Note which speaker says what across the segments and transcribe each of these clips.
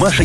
Speaker 1: Маша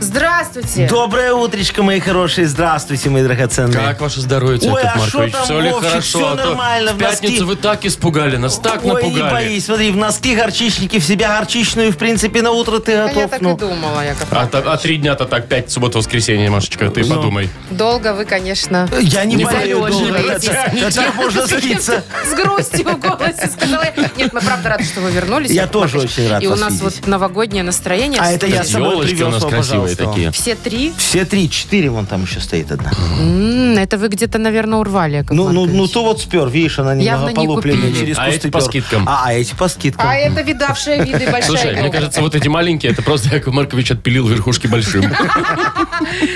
Speaker 2: Здравствуйте.
Speaker 3: Доброе утречко, мои хорошие. Здравствуйте, мои драгоценные.
Speaker 4: Как ваше здоровье,
Speaker 3: Ой,
Speaker 4: Яков
Speaker 3: а
Speaker 4: Маркович?
Speaker 3: шо там,
Speaker 4: все ли
Speaker 3: Вовчик,
Speaker 4: хорошо?
Speaker 3: всё
Speaker 4: А то
Speaker 3: нормально,
Speaker 4: в
Speaker 3: в носки.
Speaker 4: пятницу вы так испугали, нас так
Speaker 3: Ой, не
Speaker 4: напугали.
Speaker 3: боись, смотри, в носки горчичники всегда горчичную, в принципе, на утро ты
Speaker 2: А
Speaker 3: готов.
Speaker 2: я так
Speaker 3: ну.
Speaker 2: и думала, Яков
Speaker 4: А,
Speaker 2: Маркович.
Speaker 4: та- а три дня-то так, пять, суббота, воскресенье, Машечка, ты
Speaker 3: Ну,
Speaker 4: подумай.
Speaker 2: Долго вы, конечно,
Speaker 3: Я не,
Speaker 4: Не
Speaker 3: болею
Speaker 4: болеешь,
Speaker 3: долго.
Speaker 2: не
Speaker 3: Это-
Speaker 4: болеешь.
Speaker 3: это можно спиться.
Speaker 2: с грустью в голосе сказала я. Нет, мы правда рады, что вы вернулись.
Speaker 3: Я
Speaker 2: Яков
Speaker 3: тоже
Speaker 2: Маркович.
Speaker 3: очень рад
Speaker 2: И у
Speaker 3: вас
Speaker 2: нас
Speaker 3: видеть.
Speaker 2: вот новогоднее настроение.
Speaker 3: А это я
Speaker 2: Слушайте,
Speaker 3: с собой
Speaker 4: Ёлочки у
Speaker 3: привез
Speaker 4: нас
Speaker 3: вам,
Speaker 4: красивые
Speaker 3: пожалуйста.
Speaker 4: такие.
Speaker 2: Все три?
Speaker 3: Все три, четыре, вон там еще стоит одна.
Speaker 2: М, Это вы где-то, наверное, урвали, Яков
Speaker 3: Ну, ну,
Speaker 2: Маркович.
Speaker 3: ну, то вот спер, видишь, она
Speaker 2: Явно
Speaker 3: немного
Speaker 2: не
Speaker 3: полупленная
Speaker 2: купили.
Speaker 3: через
Speaker 4: А
Speaker 3: кусты
Speaker 4: эти по
Speaker 3: пер.
Speaker 4: скидкам.
Speaker 3: А, а эти по скидкам.
Speaker 2: А это видавшие виды большая
Speaker 4: Слушай, мне
Speaker 2: группа.
Speaker 4: кажется, вот эти маленькие, это просто Яков Маркович отпилил верхушки большим.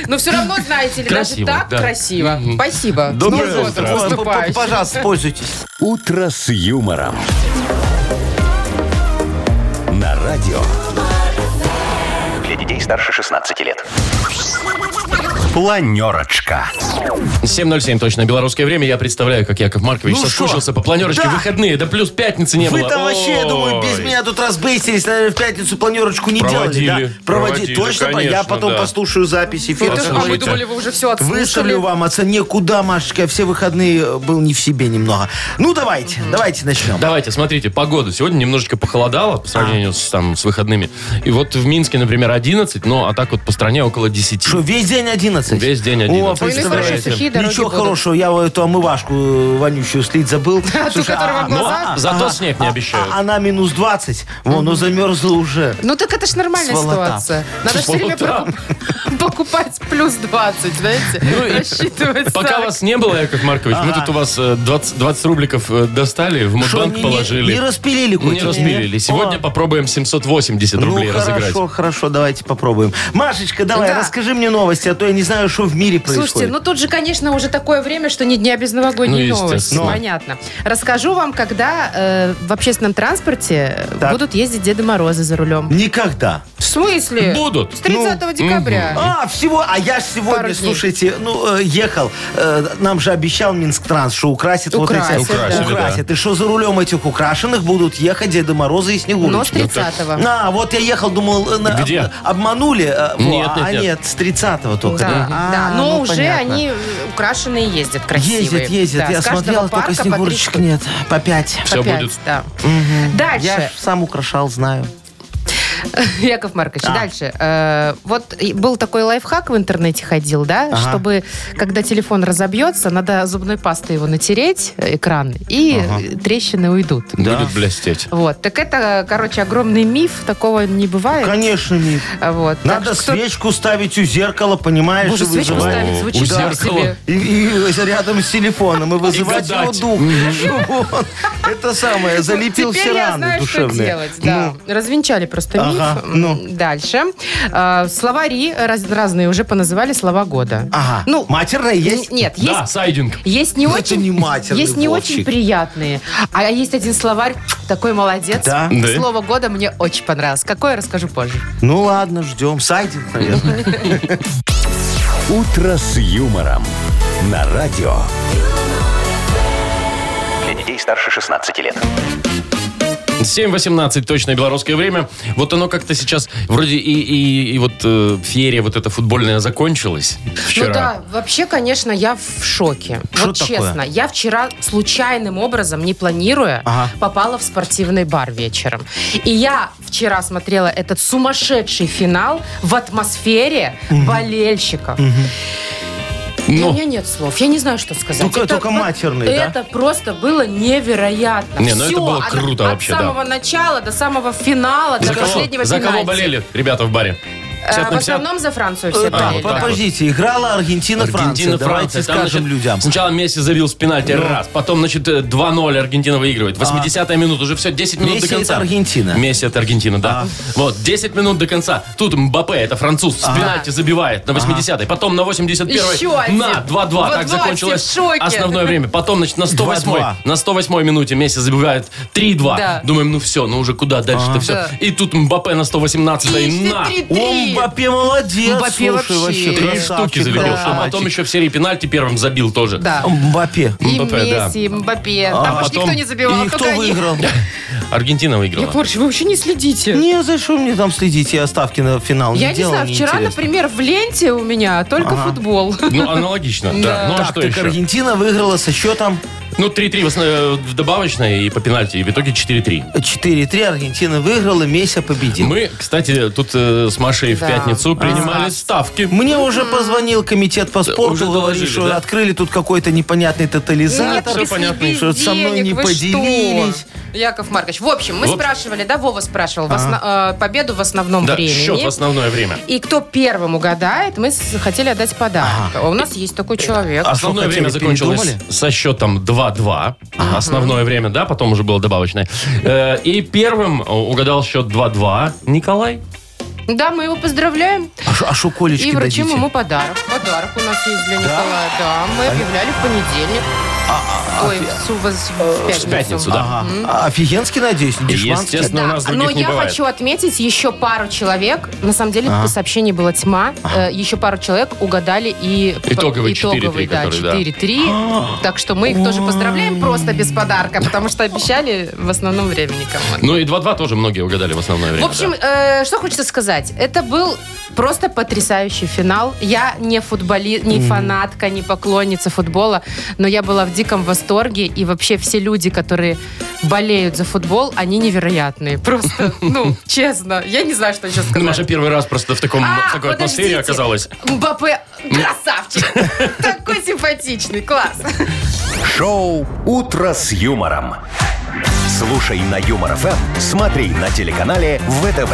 Speaker 2: Но все Ну, равно, знаете ли, даже
Speaker 4: Красиво,
Speaker 2: так
Speaker 4: да.
Speaker 2: красиво. Спасибо. Ну
Speaker 3: Доброе
Speaker 2: С Новым
Speaker 3: утро.
Speaker 2: годом,
Speaker 3: Вот, п- п-
Speaker 2: наступающим.
Speaker 3: Пожалуйста, пользуйтесь.
Speaker 1: «Утро с юмором». На радио. Для детей старше 16 лет. Планерочка.
Speaker 4: 7.07 точно, белорусское время. Я представляю, как Яков Маркович
Speaker 3: Ну
Speaker 4: соскучился
Speaker 3: шо?
Speaker 4: по планерочке.
Speaker 3: Да.
Speaker 4: Выходные, да плюс пятницы не
Speaker 3: Вы
Speaker 4: было.
Speaker 3: там вообще, я думаю,
Speaker 4: Ой.
Speaker 3: без меня тут разбейсились, наверное, в пятницу планерочку не
Speaker 4: Проводили.
Speaker 3: делали. Да?
Speaker 4: Проводили,
Speaker 3: Точно, А я
Speaker 4: конечно,
Speaker 3: потом
Speaker 4: да.
Speaker 3: послушаю запись
Speaker 2: Вы
Speaker 3: эфира.
Speaker 2: тоже- А мы
Speaker 4: Послушайте.
Speaker 2: думали, вы уже все отслушали.
Speaker 3: Выставлю вам оцен. Некуда, Машечка, я все выходные э, был не в себе немного. Ну, давайте, давайте начнем.
Speaker 4: Давайте, смотрите, погода. Сегодня немножечко похолодало по
Speaker 3: А.
Speaker 4: сравнению с, там, с выходными. И вот в Минске, например, 11, но а так вот по стране около 10.
Speaker 3: Что, весь день 11?
Speaker 4: Весь день
Speaker 3: О,
Speaker 4: 11.
Speaker 2: Ой, ну и хорошо,
Speaker 3: представляете.
Speaker 2: сухие дороги
Speaker 3: Ничего
Speaker 2: будут.
Speaker 3: хорошего, я вот эту омывашку э, вонючую слить забыл. Слушай,
Speaker 2: которая в
Speaker 3: а-
Speaker 2: глаза?
Speaker 3: а-
Speaker 4: Зато
Speaker 3: а-
Speaker 4: снег не
Speaker 3: а-
Speaker 4: обещают.
Speaker 3: а- Она минус 20, вон, но замерзла уже.
Speaker 2: Ну так это ж нормальная
Speaker 3: Сволота.
Speaker 2: ситуация. Надо все время
Speaker 4: Сволота.
Speaker 2: прокуп- покупать плюс 20, знаете?
Speaker 3: Ну
Speaker 4: и
Speaker 2: Рассчитывать.
Speaker 4: Пока
Speaker 2: 40.
Speaker 4: вас не было, Яков Маркович, мы
Speaker 3: Ага.
Speaker 4: тут у вас э, 20, 20 рубликов э, достали, в
Speaker 3: Что,
Speaker 4: Мудбанк
Speaker 3: не- не-
Speaker 4: положили.
Speaker 3: Не
Speaker 4: Не
Speaker 3: распилили котики?
Speaker 4: распилили. Сегодня
Speaker 3: О.
Speaker 4: попробуем 780 рублей
Speaker 3: ну,
Speaker 4: разыграть.
Speaker 3: хорошо, хорошо, давайте попробуем. Машечка, давай,
Speaker 2: Да.
Speaker 3: расскажи мне новости, а то я не знаю, что в мире происходит.
Speaker 2: Слушайте, ну тут же, конечно, уже такое время, что ни дня без новогодней
Speaker 4: Ну,
Speaker 2: новости.
Speaker 4: естественно.
Speaker 2: Понятно. Расскажу вам, когда э, в общественном транспорте э,
Speaker 3: Так.
Speaker 2: будут ездить Деды Морозы за рулем.
Speaker 3: Никогда.
Speaker 2: В смысле?
Speaker 4: Будут.
Speaker 2: С 30 декабря.
Speaker 3: А, всего, а я ж
Speaker 2: Пару
Speaker 3: сегодня,
Speaker 2: дней.
Speaker 3: слушайте, ну, э, ехал, э, нам же обещал Минск-Транс, что украсит,
Speaker 2: Украсит,
Speaker 3: вот эти...
Speaker 4: Украсили, да.
Speaker 3: Украсит. И что за рулем этих украшенных будут ехать Деды Морозы и
Speaker 2: Но Ну, с
Speaker 3: Снегурочки.
Speaker 2: 30-го.
Speaker 3: ну, На, вот я ехал, думал, э, на-
Speaker 4: Где?
Speaker 3: э, обманули, э, во,
Speaker 4: Нет, нет,
Speaker 3: а
Speaker 4: нет.
Speaker 3: с 30-го только.
Speaker 2: Да,
Speaker 3: А,
Speaker 2: да, но
Speaker 3: ну,
Speaker 2: уже
Speaker 3: понятно.
Speaker 2: они украшенные ездят, красивые.
Speaker 3: Ездят, ездят,
Speaker 2: Да,
Speaker 3: я
Speaker 2: с каждого
Speaker 3: смотрел, только
Speaker 2: парка по три
Speaker 3: Снегурочек
Speaker 2: штуки.
Speaker 3: нет, по пять.
Speaker 4: Всё
Speaker 2: Опять,
Speaker 4: будет.
Speaker 2: да. Дальше.
Speaker 3: Я ж сам украшал, знаю.
Speaker 2: Яков Маркович,
Speaker 3: А.
Speaker 2: дальше. Э, вот и был такой лайфхак в интернете ходил, да,
Speaker 3: Ага.
Speaker 2: чтобы, когда телефон разобьется, надо зубной пастой его натереть, э, экран, и э, трещины уйдут.
Speaker 4: Будет блестеть.
Speaker 2: Вот. Так это, короче, огромный миф, такого не бывает. А
Speaker 3: Конечно, не.
Speaker 2: Вот. Так
Speaker 3: Надо
Speaker 2: что кто-
Speaker 3: свечку ставить у зеркала, понимаешь,
Speaker 2: Боже,
Speaker 3: и
Speaker 2: свечку
Speaker 3: вызывать.
Speaker 4: вызывает.
Speaker 2: ставить,
Speaker 4: О,
Speaker 2: звучит
Speaker 4: у
Speaker 2: так
Speaker 4: зеркала.
Speaker 2: себе.
Speaker 3: И, и рядом с телефоном, и вызывать его
Speaker 4: гадать.
Speaker 3: дух. Чтобы он Это самое, залепил
Speaker 2: Ну, Теперь
Speaker 3: все
Speaker 2: я
Speaker 3: раны
Speaker 2: знаю, что
Speaker 3: душевные. Ну,
Speaker 2: делать. Да. Развенчали просто миф.
Speaker 3: Ага, ну.
Speaker 2: Дальше. Э, словари раз- разные уже поназывали слова года.
Speaker 3: Ага.
Speaker 2: Ну,
Speaker 3: Матерная А, есть?
Speaker 2: н- Нет,
Speaker 4: Да,
Speaker 2: есть
Speaker 4: сайдинг.
Speaker 2: Есть не
Speaker 3: Это
Speaker 2: очень,
Speaker 3: не матерный
Speaker 2: есть не
Speaker 3: Вовчик.
Speaker 2: очень приятные. А есть один словарь, такой молодец.
Speaker 3: Да?
Speaker 4: Да.
Speaker 2: Слово года мне очень понравилось. Какое, расскажу позже.
Speaker 3: Ну ладно, ждем.
Speaker 2: Ну,
Speaker 3: Сайдинг, наверное. А,
Speaker 1: «Утро с юмором» на радио. Для детей старше 16 лет.
Speaker 4: 7.18 точно белорусское время. Вот оно как-то сейчас вроде и, и, и вот э, феерия вот эта футбольная закончилась вчера.
Speaker 2: Ну да, вообще, конечно, я в шоке.
Speaker 3: Шо
Speaker 2: вот
Speaker 3: такое?
Speaker 2: честно, я вчера случайным образом, не планируя,
Speaker 3: Ага.
Speaker 2: попала в спортивный бар вечером. И я вчера смотрела этот сумасшедший финал в атмосфере болельщиков. И
Speaker 4: Ну.
Speaker 2: у меня нет слов. Я не знаю, что сказать.
Speaker 3: Только-
Speaker 2: Это
Speaker 3: только
Speaker 2: вот-
Speaker 3: матерный, да?
Speaker 2: Это просто было невероятно.
Speaker 4: Не, ну
Speaker 2: Всё,
Speaker 4: это было
Speaker 2: от-
Speaker 4: круто
Speaker 2: от,
Speaker 4: вообще, да.
Speaker 2: самого начала до самого финала, до
Speaker 4: За кого,
Speaker 2: последнего
Speaker 4: за кого
Speaker 2: пенальти.
Speaker 4: болели ребята в баре? 50
Speaker 2: Э, В
Speaker 4: на 50?
Speaker 2: основном за Францию все
Speaker 4: А,
Speaker 2: болеют.
Speaker 4: вот так
Speaker 3: Подождите, играла Аргентина-Франция.
Speaker 4: Аргентина,
Speaker 3: Давайте
Speaker 4: Франция. Там,
Speaker 3: скажем
Speaker 4: значит,
Speaker 3: людям. Ну.
Speaker 4: Сначала Месси забил с пенальти раз, потом, значит, э, 2-0 Аргентина выигрывает. 80-я минута, уже все, 10 минут
Speaker 3: А. Месси
Speaker 4: до конца.
Speaker 3: это Аргентина. А.
Speaker 4: Месси это Аргентина, да. Вот, 10 минут до конца. Тут Мбаппе, это француз,
Speaker 3: А.
Speaker 4: с пенальти забивает на 80-й. Потом на 81-й.
Speaker 2: Еще один.
Speaker 4: На, 2-2.
Speaker 2: Вот
Speaker 4: так
Speaker 2: два,
Speaker 4: закончилось
Speaker 2: все в шоке.
Speaker 4: основное время. Потом, значит, на 108-й.
Speaker 3: 2:2.
Speaker 4: На 108-й минуте Месси забивает 3-2.
Speaker 2: Да.
Speaker 4: Думаем, ну все, ну уже куда дальше-то все.
Speaker 2: Да.
Speaker 4: И тут Мбаппе на 118-й.
Speaker 2: Ишь ты,
Speaker 4: На!
Speaker 2: три-три.
Speaker 3: О, Мбаппе молодец.
Speaker 2: Мбаппе
Speaker 3: Слушай,
Speaker 2: вообще.
Speaker 3: вообще
Speaker 2: Три
Speaker 4: Три
Speaker 3: красавчик,
Speaker 4: штуки забил. А
Speaker 3: красавчик.
Speaker 4: потом еще в серии пенальти первым забил тоже.
Speaker 2: Да.
Speaker 3: Мбаппе.
Speaker 2: И
Speaker 4: Мбаппе, да.
Speaker 2: Месси, и Мбаппе. Там уж
Speaker 4: а потом-
Speaker 2: никто не
Speaker 3: А И
Speaker 2: забивал, а
Speaker 3: никто
Speaker 2: только они.
Speaker 3: выиграл.
Speaker 4: Аргентина выиграла.
Speaker 2: Яков Маркович, вы вообще не следите.
Speaker 3: Не, за что мне там следить? Я ставки на финал
Speaker 2: Я
Speaker 3: не
Speaker 2: не
Speaker 3: делал.
Speaker 2: знаю, вчера,
Speaker 3: неинтересно.
Speaker 2: например, в ленте у меня только футбол.
Speaker 4: Ну, аналогично, да.
Speaker 2: Да.
Speaker 4: Ну, а
Speaker 3: Так,
Speaker 4: что
Speaker 3: так
Speaker 4: еще?
Speaker 3: Аргентина выиграла со счетом
Speaker 4: Ну, 3-3 в, основ- в добавочной и по пенальти, и в итоге 4-3.
Speaker 3: 4-3. Аргентина выиграла, Меся победил.
Speaker 4: Мы, кстати, тут э, с Машей в
Speaker 2: Да.
Speaker 3: А,
Speaker 4: пятницу принимали ставки.
Speaker 3: Мне уже позвонил комитет по спорту,
Speaker 4: уже
Speaker 3: говорит,
Speaker 4: доложили,
Speaker 3: что
Speaker 4: да?
Speaker 3: открыли тут какой-то непонятный
Speaker 2: Ну, Нет,
Speaker 3: тотализатор.
Speaker 4: всё
Speaker 2: без-
Speaker 4: понятно.
Speaker 2: без
Speaker 3: Что-то со мной
Speaker 2: денег,
Speaker 3: не
Speaker 2: вы
Speaker 3: поделились.
Speaker 2: что? Яков Маркович, в общем, мы
Speaker 4: В общем.
Speaker 2: спрашивали, да, Вова спрашивал, в осна- э, победу в основном
Speaker 4: Да,
Speaker 2: времени.
Speaker 4: счет в основное время.
Speaker 2: И кто первым угадает, мы с- хотели отдать подарок. А У нас есть такой
Speaker 4: Э,
Speaker 2: человек.
Speaker 3: А
Speaker 4: Основное
Speaker 3: что, хотели,
Speaker 4: время закончилось
Speaker 3: передумали?
Speaker 4: со счетом 2-2. Основное время, да, потом уже было добавочное. Э, И первым угадал счет 2-2 Николай.
Speaker 2: Да, мы его поздравляем
Speaker 3: А шо- А что колечки
Speaker 2: и вручим
Speaker 3: дадите?
Speaker 2: ему подарок. Подарок у нас есть для Николая. Да, мы
Speaker 4: А
Speaker 2: объявляли в понедельник. Ой, в су- в- в пятницу.
Speaker 4: э, В пятницу, да.
Speaker 3: Ага. А, Офигенский, надеюсь, не дешманский?
Speaker 4: Естественно, у нас
Speaker 2: Да, но
Speaker 4: других не
Speaker 2: я
Speaker 4: бывает.
Speaker 2: хочу отметить еще пару человек. На самом деле, по сообщению была тьма. Э, Еще пару человек угадали и
Speaker 4: Итоговый 4-3,
Speaker 2: итоговый, да,
Speaker 4: который, да. А.
Speaker 2: 4-3. Так что мы их тоже поздравляем просто без подарка, потому что обещали в основном времени кому
Speaker 4: Ну и 2-2 тоже многие угадали в основное
Speaker 2: В
Speaker 4: время.
Speaker 2: общем,
Speaker 4: да.
Speaker 2: э, что хочется сказать. Это был просто потрясающий финал. Я не футболи, не фанатка, не поклонница футбола, но я была в диком восторге. И вообще все люди, которые болеют за футбол, они невероятные. Просто, ну, честно, я не знаю, что еще
Speaker 4: Ну,
Speaker 2: сказать.
Speaker 4: Маша первый раз просто в, таком, в
Speaker 2: А,
Speaker 4: такой атмосфере
Speaker 2: подождите.
Speaker 4: оказалась.
Speaker 2: Мбаппе красавчик. Такой симпатичный, класс.
Speaker 1: Шоу «Утро с юмором». Слушай на Юмор ФМ, смотри на телеканале ВТВ.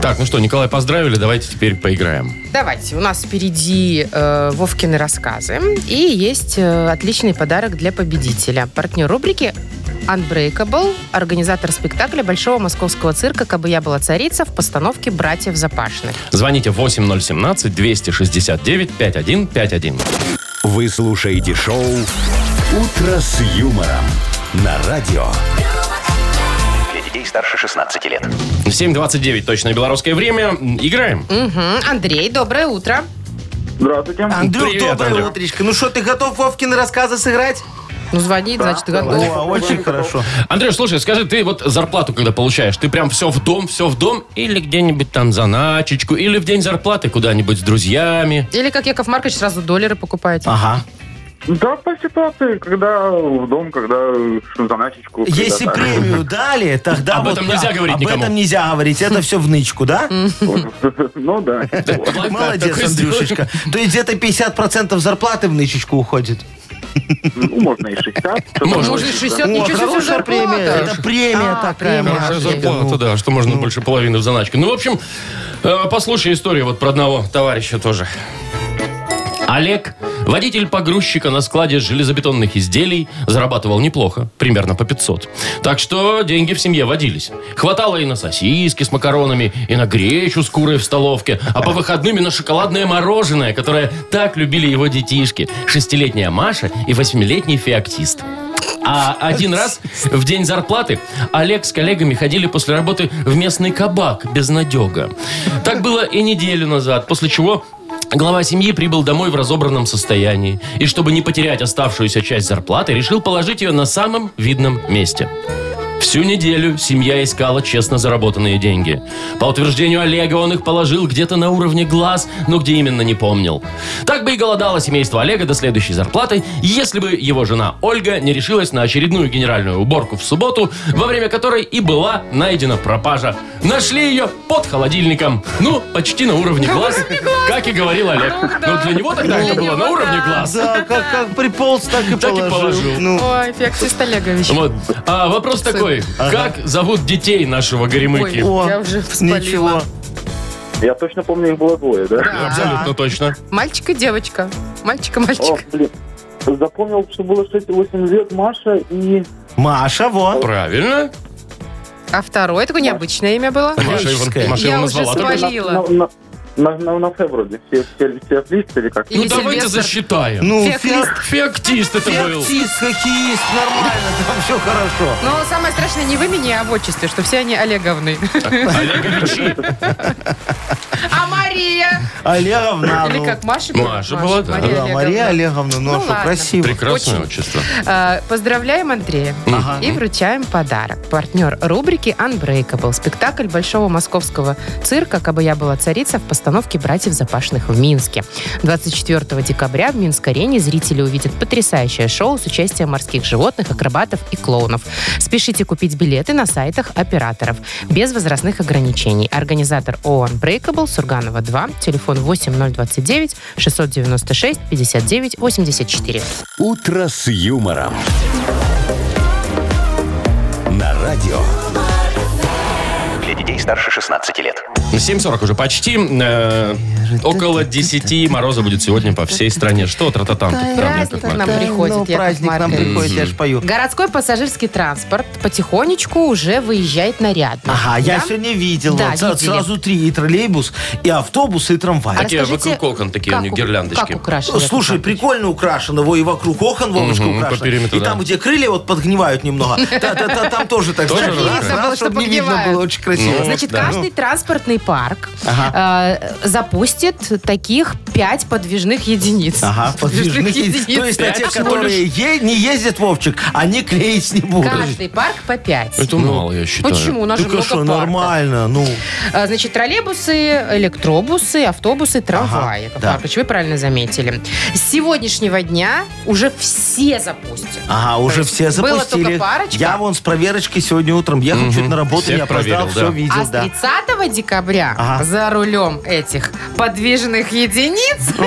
Speaker 4: Так, ну что, Николай, поздравили, давайте теперь поиграем.
Speaker 2: Давайте, у нас впереди э, Вовкины рассказы. И есть э, отличный подарок для победителя. Партнер рубрики Unbreakable, организатор спектакля Большого московского цирка «Кабы я была царица» в постановке «Братьев Запашных».
Speaker 4: Звоните 8017-269-5151.
Speaker 1: Вы слушаете шоу «Утро с юмором» на радио. Для детей старше 16 лет.
Speaker 4: 7.29, точное белорусское время. Играем.
Speaker 2: Мгм. Андрей, доброе утро.
Speaker 5: Здравствуйте.
Speaker 3: Андрюх,
Speaker 4: Привет,
Speaker 3: доброе
Speaker 4: Андрюх.
Speaker 3: утречко. Ну что, ты готов Вовкины рассказы сыграть?
Speaker 2: Ну, звонит, значит, готов.
Speaker 3: О, очень хорошо.
Speaker 4: Андрей, слушай, скажи, ты вот зарплату когда получаешь, ты прям все в дом, все в дом? Или где-нибудь там за начечку, или в день зарплаты куда-нибудь с друзьями?
Speaker 2: Или, как Яков Маркович, сразу доллары покупаете.
Speaker 3: Ага.
Speaker 5: Да, по ситуации, когда в дом, когда э, заначечку. когда
Speaker 3: Если
Speaker 5: так.
Speaker 3: премию дали, тогда
Speaker 4: Об
Speaker 3: вот
Speaker 4: этом
Speaker 3: да,
Speaker 4: нельзя говорить
Speaker 3: Об
Speaker 4: никому.
Speaker 3: этом нельзя говорить. Это все в нычку, да?
Speaker 5: Ну да.
Speaker 3: Молодец,
Speaker 4: Такой
Speaker 3: Андрюшечка. То есть где-то 50% зарплаты в нычечку уходит.
Speaker 5: Ну, можно и 60. что-то
Speaker 4: Можно.
Speaker 5: такое.
Speaker 2: Может, 60,
Speaker 5: Да.
Speaker 3: О,
Speaker 2: ничего себе
Speaker 3: хорошая
Speaker 2: зарплата.
Speaker 3: премия. Это премия
Speaker 2: А,
Speaker 3: такая.
Speaker 2: премия.
Speaker 3: Маша.
Speaker 4: Хорошая
Speaker 2: Офигенно.
Speaker 4: зарплата, да, что можно больше половины в заначке. Ну, в общем, э, послушай историю вот про одного товарища тоже. Олег, водитель погрузчика на складе железобетонных изделий, зарабатывал неплохо, примерно по 500. Так что деньги в семье водились. Хватало и на сосиски с макаронами, и на гречу с курой в столовке, а по выходным и на шоколадное мороженое, которое так любили его детишки. Шестилетняя Маша и восьмилетний феоктист. А один раз в день зарплаты Олег с коллегами ходили после работы в местный кабак без надега. Так было и неделю назад, после чего глава семьи прибыл домой в разобранном состоянии. И чтобы не потерять оставшуюся часть зарплаты, решил положить ее на самом видном месте. Всю неделю семья искала честно заработанные деньги. По утверждению Олега, он их положил где-то на уровне глаз, но где именно не помнил. Так бы и голодало семейство Олега до следующей зарплаты, если бы его жена Ольга не решилась на очередную генеральную уборку в субботу, во время которой и была найдена пропажа. Нашли ее под холодильником. Ну, почти на уровне глаз, как и говорил Олег.
Speaker 2: Ну да.
Speaker 4: Но для него тогда
Speaker 2: Для
Speaker 4: это было на
Speaker 2: него
Speaker 4: уровне
Speaker 2: да.
Speaker 4: глаз.
Speaker 3: Да, как, как приполз, так и
Speaker 4: Так и
Speaker 3: положил.
Speaker 4: положил.
Speaker 3: Ну,
Speaker 2: Ой, Феоктист Олегович.
Speaker 4: Вот. А вопрос такой. истории. Как зовут детей нашего
Speaker 2: Ой,
Speaker 4: горемыки?
Speaker 3: О,
Speaker 2: я уже вспалила.
Speaker 3: ничего.
Speaker 5: Я точно помню, их было двое, да?
Speaker 4: Абсолютно точно.
Speaker 2: Мальчик и девочка. Мальчик и
Speaker 5: О,
Speaker 2: мальчик.
Speaker 5: блин. Запомнил, что было 6-8 лет Маша и...
Speaker 3: Маша, вот.
Speaker 4: Правильно.
Speaker 2: А второе такое необычное имя было.
Speaker 3: Ну,
Speaker 4: Маша его,
Speaker 3: Логическое.
Speaker 4: Маша его
Speaker 2: Я уже
Speaker 4: назвала.
Speaker 2: свалила.
Speaker 4: так?
Speaker 2: Лила.
Speaker 5: На, на, на, на Фе вроде. Все, все, все отлично или как?
Speaker 4: Ну
Speaker 2: Или
Speaker 4: давайте
Speaker 2: Сильвестр.
Speaker 4: засчитаем.
Speaker 3: Ну,
Speaker 2: Феклист.
Speaker 3: фек-
Speaker 4: Феоктист это был.
Speaker 3: фектист, хоккеист, нормально, там все хорошо.
Speaker 2: Но самое страшное не в имени, а в отчестве, что все они Олеговны. А Мария!
Speaker 3: Олеговна,
Speaker 2: Или
Speaker 3: ну.
Speaker 2: как Маша?
Speaker 4: Маша была, да.
Speaker 3: Да,
Speaker 2: Мария
Speaker 3: Мария
Speaker 2: Олеговна.
Speaker 3: Олеговна, ну, а
Speaker 2: Ну,
Speaker 3: что,
Speaker 2: ладно.
Speaker 3: красиво.
Speaker 4: Прекрасное
Speaker 2: Очень.
Speaker 4: отчество.
Speaker 2: Э, Поздравляем Андрея и вручаем подарок. Партнер рубрики Unbreakable. Спектакль Большого Московского цирка «Кабы я была царица» в постановке «Братьев Запашных» в Минске. 24 декабря в Минск-арене зрители увидят потрясающее шоу с участием морских животных, акробатов и клоунов. Спешите купить билеты на сайтах операторов. Без возрастных ограничений. Организатор ООН Breakable, Сурганова 2, телефон 8029 696 59 84.
Speaker 1: «Утро с юмором». На радио. Для детей старше 16 лет.
Speaker 4: 7.40 уже почти. Э, около 10 мороза будет сегодня по всей стране. Что, тра-та-там? там, Яков
Speaker 2: Праздник нам
Speaker 4: Маркович?
Speaker 2: приходит,
Speaker 3: Ну,
Speaker 2: Яков
Speaker 3: праздник нам
Speaker 2: Маркович.
Speaker 3: приходит, я же пою.
Speaker 2: Городской пассажирский транспорт потихонечку уже выезжает нарядно.
Speaker 3: Ага, я
Speaker 2: Да?
Speaker 3: сегодня видел.
Speaker 2: Да,
Speaker 3: вот, са-
Speaker 2: видели.
Speaker 3: сразу три. И троллейбус, и автобус, и
Speaker 2: А
Speaker 3: трамвай.
Speaker 4: Такие
Speaker 2: расскажите,
Speaker 4: вокруг окон такие у
Speaker 2: как
Speaker 4: них
Speaker 2: у-
Speaker 4: гирляндочки.
Speaker 2: Как украшены? Яков
Speaker 3: Ну, Слушай,
Speaker 2: Маркович?
Speaker 3: прикольно украшено. Во, и вокруг окон Вовочка
Speaker 4: Мгм, по
Speaker 3: украшено.
Speaker 4: периметру,
Speaker 3: и там,
Speaker 4: да.
Speaker 3: где крылья вот подгнивают немного, та- та- та- там тоже так,
Speaker 4: Тоже
Speaker 3: знаешь,
Speaker 4: видно
Speaker 3: раз,
Speaker 2: было, что
Speaker 3: раз, чтобы не видно
Speaker 2: подгнивают.
Speaker 3: было. Очень красиво.
Speaker 4: Ну,
Speaker 2: Значит,
Speaker 4: да.
Speaker 2: каждый транспортный парк э, запустит таких пять подвижных единиц.
Speaker 3: Ну, Ага, подвижных единиц. То есть на
Speaker 4: Пять
Speaker 3: те,
Speaker 4: всего
Speaker 3: которые е- не ездят, Вовчик, они клеить не будут.
Speaker 2: Каждый парк по пять.
Speaker 3: Ну,
Speaker 4: Это Ну, мало, я считаю.
Speaker 2: Почему? У нас же
Speaker 3: Ну-ка
Speaker 2: много
Speaker 3: типа, а что,
Speaker 2: парков.
Speaker 3: нормально, ну.
Speaker 2: А, Значит, троллейбусы, электробусы, автобусы, трамваи. Яков
Speaker 3: да.
Speaker 2: Маркович, вы правильно заметили. С сегодняшнего дня уже все запустят.
Speaker 3: Ага, уже
Speaker 2: есть
Speaker 3: все
Speaker 2: было
Speaker 3: запустили.
Speaker 2: только парочка?
Speaker 3: Я вон с проверочкой сегодня утром ехал чуть на работу,
Speaker 4: Всех
Speaker 3: не опоздал,
Speaker 4: проверил,
Speaker 3: все
Speaker 4: да.
Speaker 3: видел,
Speaker 2: А с
Speaker 3: да.
Speaker 2: 30 декабря
Speaker 3: Ага.
Speaker 2: за рулем этих подвижных единиц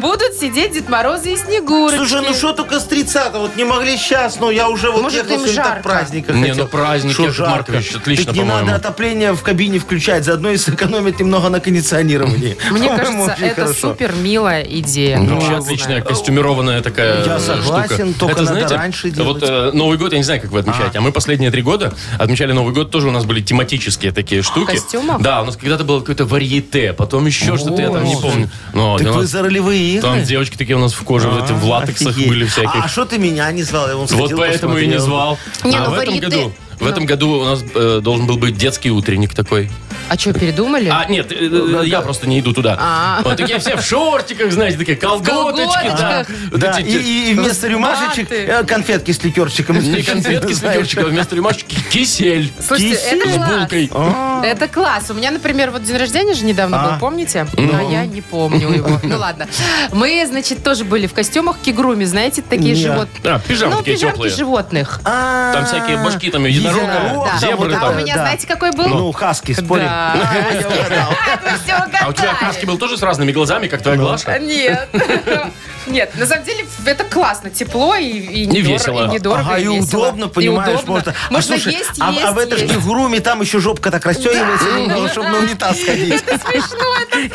Speaker 2: будут сидеть Дед Морозы и Снегурочки.
Speaker 3: Слушай, ну что только с 30 вот не могли сейчас, но я уже вот
Speaker 2: Может,
Speaker 3: ехал
Speaker 2: им
Speaker 3: сегодня
Speaker 2: жарко?
Speaker 3: так праздника
Speaker 4: Не,
Speaker 3: хотел.
Speaker 4: ну праздник,
Speaker 3: Шо
Speaker 4: Яков
Speaker 3: жарко?
Speaker 4: Маркович, отлично,
Speaker 3: Так не
Speaker 4: по-моему.
Speaker 3: надо отопление в кабине включать, заодно и сэкономить немного на кондиционировании.
Speaker 2: Мне
Speaker 3: По-моему,
Speaker 2: кажется,
Speaker 3: очень
Speaker 2: это
Speaker 3: хорошо.
Speaker 2: супер милая идея.
Speaker 4: Ну,
Speaker 2: Классная.
Speaker 4: вообще отличная костюмированная такая
Speaker 3: Я
Speaker 4: э,
Speaker 3: согласен,
Speaker 4: штука.
Speaker 3: только
Speaker 4: Это,
Speaker 3: надо
Speaker 4: знаете,
Speaker 3: раньше
Speaker 4: Вот
Speaker 3: делать.
Speaker 4: э, Новый год, я не знаю, как вы отмечаете, а мы последние три года отмечали Новый год, тоже у нас были тематические такие
Speaker 3: А,
Speaker 4: штуки.
Speaker 2: костюмов?
Speaker 4: Да, у нас когда-то было какое-то варьете, потом еще что-то, я там не помню. Но
Speaker 3: Так
Speaker 4: у
Speaker 3: вы
Speaker 4: нас
Speaker 3: за ролевые игры?
Speaker 4: Там девочки такие у нас в коже, вот эти в латексах
Speaker 3: Офигеть.
Speaker 4: были всякие.
Speaker 3: А что ты меня не звал? Я вон
Speaker 4: Вот
Speaker 3: сходил,
Speaker 4: поэтому и не
Speaker 3: посмотрел.
Speaker 4: звал.
Speaker 2: Не,
Speaker 4: а
Speaker 2: ну,
Speaker 4: в этом
Speaker 2: варьете-
Speaker 4: году, в
Speaker 2: ну.
Speaker 4: этом году у нас э, должен был быть детский утренник такой.
Speaker 2: А что, передумали?
Speaker 4: А, нет, э, э,
Speaker 3: Ну,
Speaker 4: я просто не иду туда.
Speaker 2: А.
Speaker 4: Вот такие все в шортиках, знаете, такие колготочки. да.
Speaker 2: колготочках.
Speaker 4: Вот
Speaker 3: Да,
Speaker 4: эти-
Speaker 3: и, и вместо рюмашечек
Speaker 2: баты.
Speaker 3: э, конфетки с ликерчиком.
Speaker 4: Не конфетки с
Speaker 3: Знаешь,
Speaker 4: ликерчиком, а вместо рюмашки кисель.
Speaker 2: Слушайте,
Speaker 3: кисель
Speaker 2: это
Speaker 4: С
Speaker 2: класс.
Speaker 4: булкой.
Speaker 3: А.
Speaker 2: Это класс. У меня, например, вот день рождения же недавно был, помните?
Speaker 3: Ну.
Speaker 2: А я не помню его. Ну ладно. Мы, значит, тоже были в костюмах кигруми, знаете, такие
Speaker 3: Не.
Speaker 2: животные.
Speaker 4: А, пижамы
Speaker 2: Ну,
Speaker 4: такие
Speaker 2: пижамки
Speaker 4: теплые.
Speaker 2: животных.
Speaker 3: А,
Speaker 4: Там всякие башки, там единорога,
Speaker 3: единорог,
Speaker 2: Да.
Speaker 4: зебры
Speaker 3: вот
Speaker 2: А у
Speaker 4: там.
Speaker 3: это,
Speaker 2: меня,
Speaker 3: да.
Speaker 2: знаете, какой был?
Speaker 3: Ну, хаски, спорим.
Speaker 2: Да.
Speaker 3: Я угадал.
Speaker 2: Вы все
Speaker 4: А у тебя
Speaker 2: угадали.
Speaker 4: Хаски был тоже с разными глазами, как твоя Глаша?
Speaker 2: Нет. Нет, на самом деле это классно. Тепло и, и, недор-
Speaker 4: весело.
Speaker 2: и недорого.
Speaker 3: Ага, и
Speaker 2: весело.
Speaker 3: удобно,
Speaker 2: И
Speaker 3: понимаешь,
Speaker 2: удобно.
Speaker 3: можно. А
Speaker 2: Можно
Speaker 3: слушай,
Speaker 2: есть,
Speaker 3: а,
Speaker 2: есть,
Speaker 3: а в это же
Speaker 2: есть.
Speaker 3: в руме там еще жопка так расстегивается, ну, чтобы на унитаз сходить.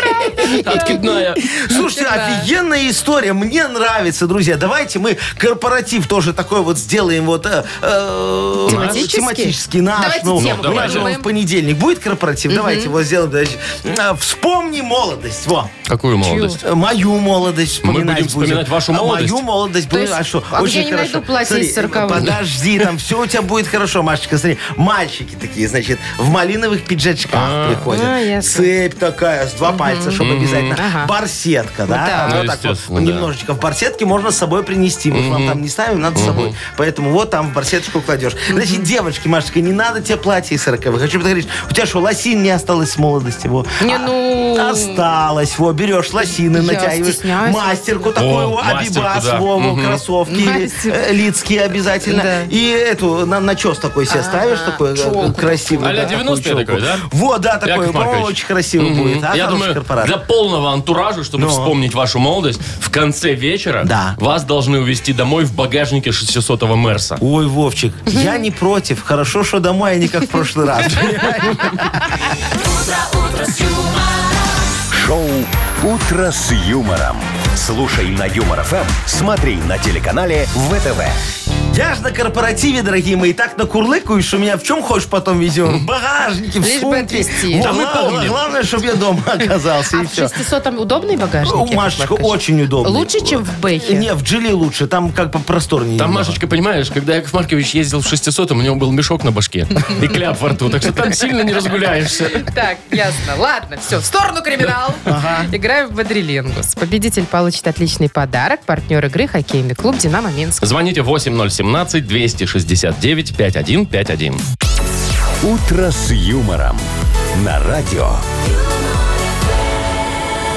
Speaker 4: Откидная.
Speaker 3: Слушайте,
Speaker 2: Да.
Speaker 3: офигенная история. Мне нравится, друзья. Давайте мы корпоратив тоже такой вот сделаем. Вот, э, э,
Speaker 2: Тематический?
Speaker 3: тематический наш.
Speaker 2: Давайте
Speaker 3: ну,
Speaker 2: тему
Speaker 3: у нас же он
Speaker 2: придумаем.
Speaker 3: в понедельник будет корпоратив. Давайте его сделаем. Давайте. Э, Вспомни молодость. Во.
Speaker 4: Какую молодость?
Speaker 3: Э, Мою молодость вспоминать
Speaker 4: будем вспоминать вашу
Speaker 3: А
Speaker 4: молодость?
Speaker 3: Мою молодость будет.
Speaker 2: есть,
Speaker 3: а что?
Speaker 2: а где
Speaker 3: Очень
Speaker 2: я не найду
Speaker 3: хорошо.
Speaker 2: платье из
Speaker 3: Смотри,
Speaker 2: сороковых?
Speaker 3: Подожди, там все у тебя будет хорошо, Машечка. Смотри, мальчики такие, значит, в малиновых пиджачках приходят.
Speaker 2: А, ясно.
Speaker 3: Цепь такая, с два пальца, чтобы обязательно.
Speaker 2: Ага.
Speaker 3: Барсетка,
Speaker 2: да.
Speaker 3: да? Она
Speaker 4: Ну,
Speaker 3: так вот
Speaker 4: естественно, да.
Speaker 3: Немножечко в барсетке можно с собой принести. Мы же вам там не ставим, надо с собой. Поэтому вот там в барсеточку кладешь. Значит, девочки, Машечка, не надо тебе платье из сороковых. Хочу поговорить, у тебя что, лосин не осталось с молодости? Во.
Speaker 2: Не,
Speaker 3: А-
Speaker 2: ну...
Speaker 3: Осталось. Во, берешь лосины,
Speaker 2: Я
Speaker 3: натягиваешь.
Speaker 2: стесняюсь.
Speaker 3: Мастерку такую такой
Speaker 4: О,
Speaker 3: о,
Speaker 4: мастер
Speaker 3: Абибас,
Speaker 4: туда.
Speaker 3: Вову,
Speaker 4: Мгм.
Speaker 3: кроссовки, или,
Speaker 2: Мастер.
Speaker 3: э, лицкие обязательно.
Speaker 2: Да.
Speaker 3: И эту, на, начес такой себе ставишь, такой э, красивый.
Speaker 4: А-ля
Speaker 3: да, такую
Speaker 4: 90-е
Speaker 3: челку.
Speaker 4: такой, да?
Speaker 3: Вот, да, такой.
Speaker 4: Яков Маркович.
Speaker 3: О, Очень красиво
Speaker 4: Мгм.
Speaker 3: будет. а,
Speaker 4: Я
Speaker 3: хороший
Speaker 4: думаю,
Speaker 3: корпорат.
Speaker 4: для полного антуража, чтобы
Speaker 3: Но.
Speaker 4: вспомнить вашу молодость, в конце вечера
Speaker 3: Да.
Speaker 4: вас должны увезти домой в багажнике 600-го Мерса.
Speaker 3: Ой, Вовчик, я не против. Хорошо, что домой, а не как в прошлый раз.
Speaker 1: Шоу «Утро с юмором». Слушай на Юмор ФМ, смотри на телеканале ВТВ.
Speaker 3: Я ж на корпоративе, дорогие мои, так накурлыкаюсь, у меня в чем хочешь потом везем? В багажнике, в
Speaker 2: Лишь бы
Speaker 3: сумке.
Speaker 2: отвезти.
Speaker 3: Во,
Speaker 4: Да мы
Speaker 3: гла-
Speaker 4: помним.
Speaker 3: Главное, чтобы я дома оказался,
Speaker 2: А
Speaker 3: и
Speaker 2: в
Speaker 3: все.
Speaker 2: 600 удобный багажник?
Speaker 3: У Ну, Машечка очень удобно.
Speaker 2: Лучше, чем в Бэхе?
Speaker 3: Не, в Джили лучше, там как попросторнее.
Speaker 4: Там,
Speaker 3: немного.
Speaker 4: Машечка, понимаешь, когда Яков Маркович ездил в 600 у него был мешок на башке и кляп во рту, так что там сильно не разгуляешься.
Speaker 2: Так, ясно. Ладно, все, в сторону криминал. Играем в Бодрилингус. Победитель получит отличный подарок. Партнер игры хоккейный клуб «Динамо Минск».
Speaker 4: Звоните 8017-269-5151.
Speaker 1: «Утро с юмором» на радио.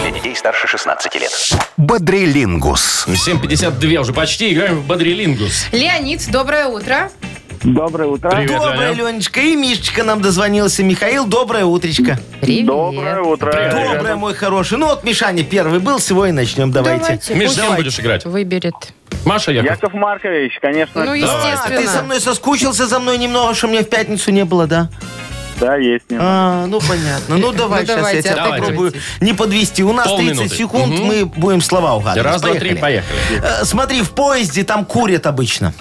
Speaker 6: Для детей старше 16 лет.
Speaker 1: Бодрилингус.
Speaker 4: 7.52 уже почти, играем в Бодрилингус.
Speaker 2: Леонид, доброе утро.
Speaker 5: Доброе утро.
Speaker 4: Привет,
Speaker 3: Доброе,
Speaker 4: Леня.
Speaker 3: Ленечка. И Мишечка нам дозвонился. Михаил, доброе утречко.
Speaker 2: Привет.
Speaker 5: Доброе утро.
Speaker 4: Привет.
Speaker 5: ребята.
Speaker 3: Доброе, мой хороший. Ну вот Мишаня первый был, с его и начнем. Давайте.
Speaker 2: Давайте.
Speaker 4: Миш, с
Speaker 2: пусть
Speaker 4: кем будешь играть?
Speaker 2: Выберет.
Speaker 4: Маша, Яков?
Speaker 5: Яков Маркович, конечно.
Speaker 2: Ну,
Speaker 3: А, ты со
Speaker 2: естественно.
Speaker 3: мной соскучился за мной немного, что меня в пятницу не было, да?
Speaker 5: Да, есть. не-
Speaker 3: А, ну понятно. Ну давай
Speaker 2: Ну,
Speaker 3: сейчас я
Speaker 2: давайте,
Speaker 3: тебя
Speaker 4: отыгрывайтесь.
Speaker 3: попробую не подвести. У нас
Speaker 4: Полминуты.
Speaker 3: 30 секунд,
Speaker 4: Мгм.
Speaker 3: мы будем слова угадывать.
Speaker 4: Раз, два, три,
Speaker 3: Поехали.
Speaker 4: поехали.
Speaker 3: Э, Смотри, в поезде там курят обычно.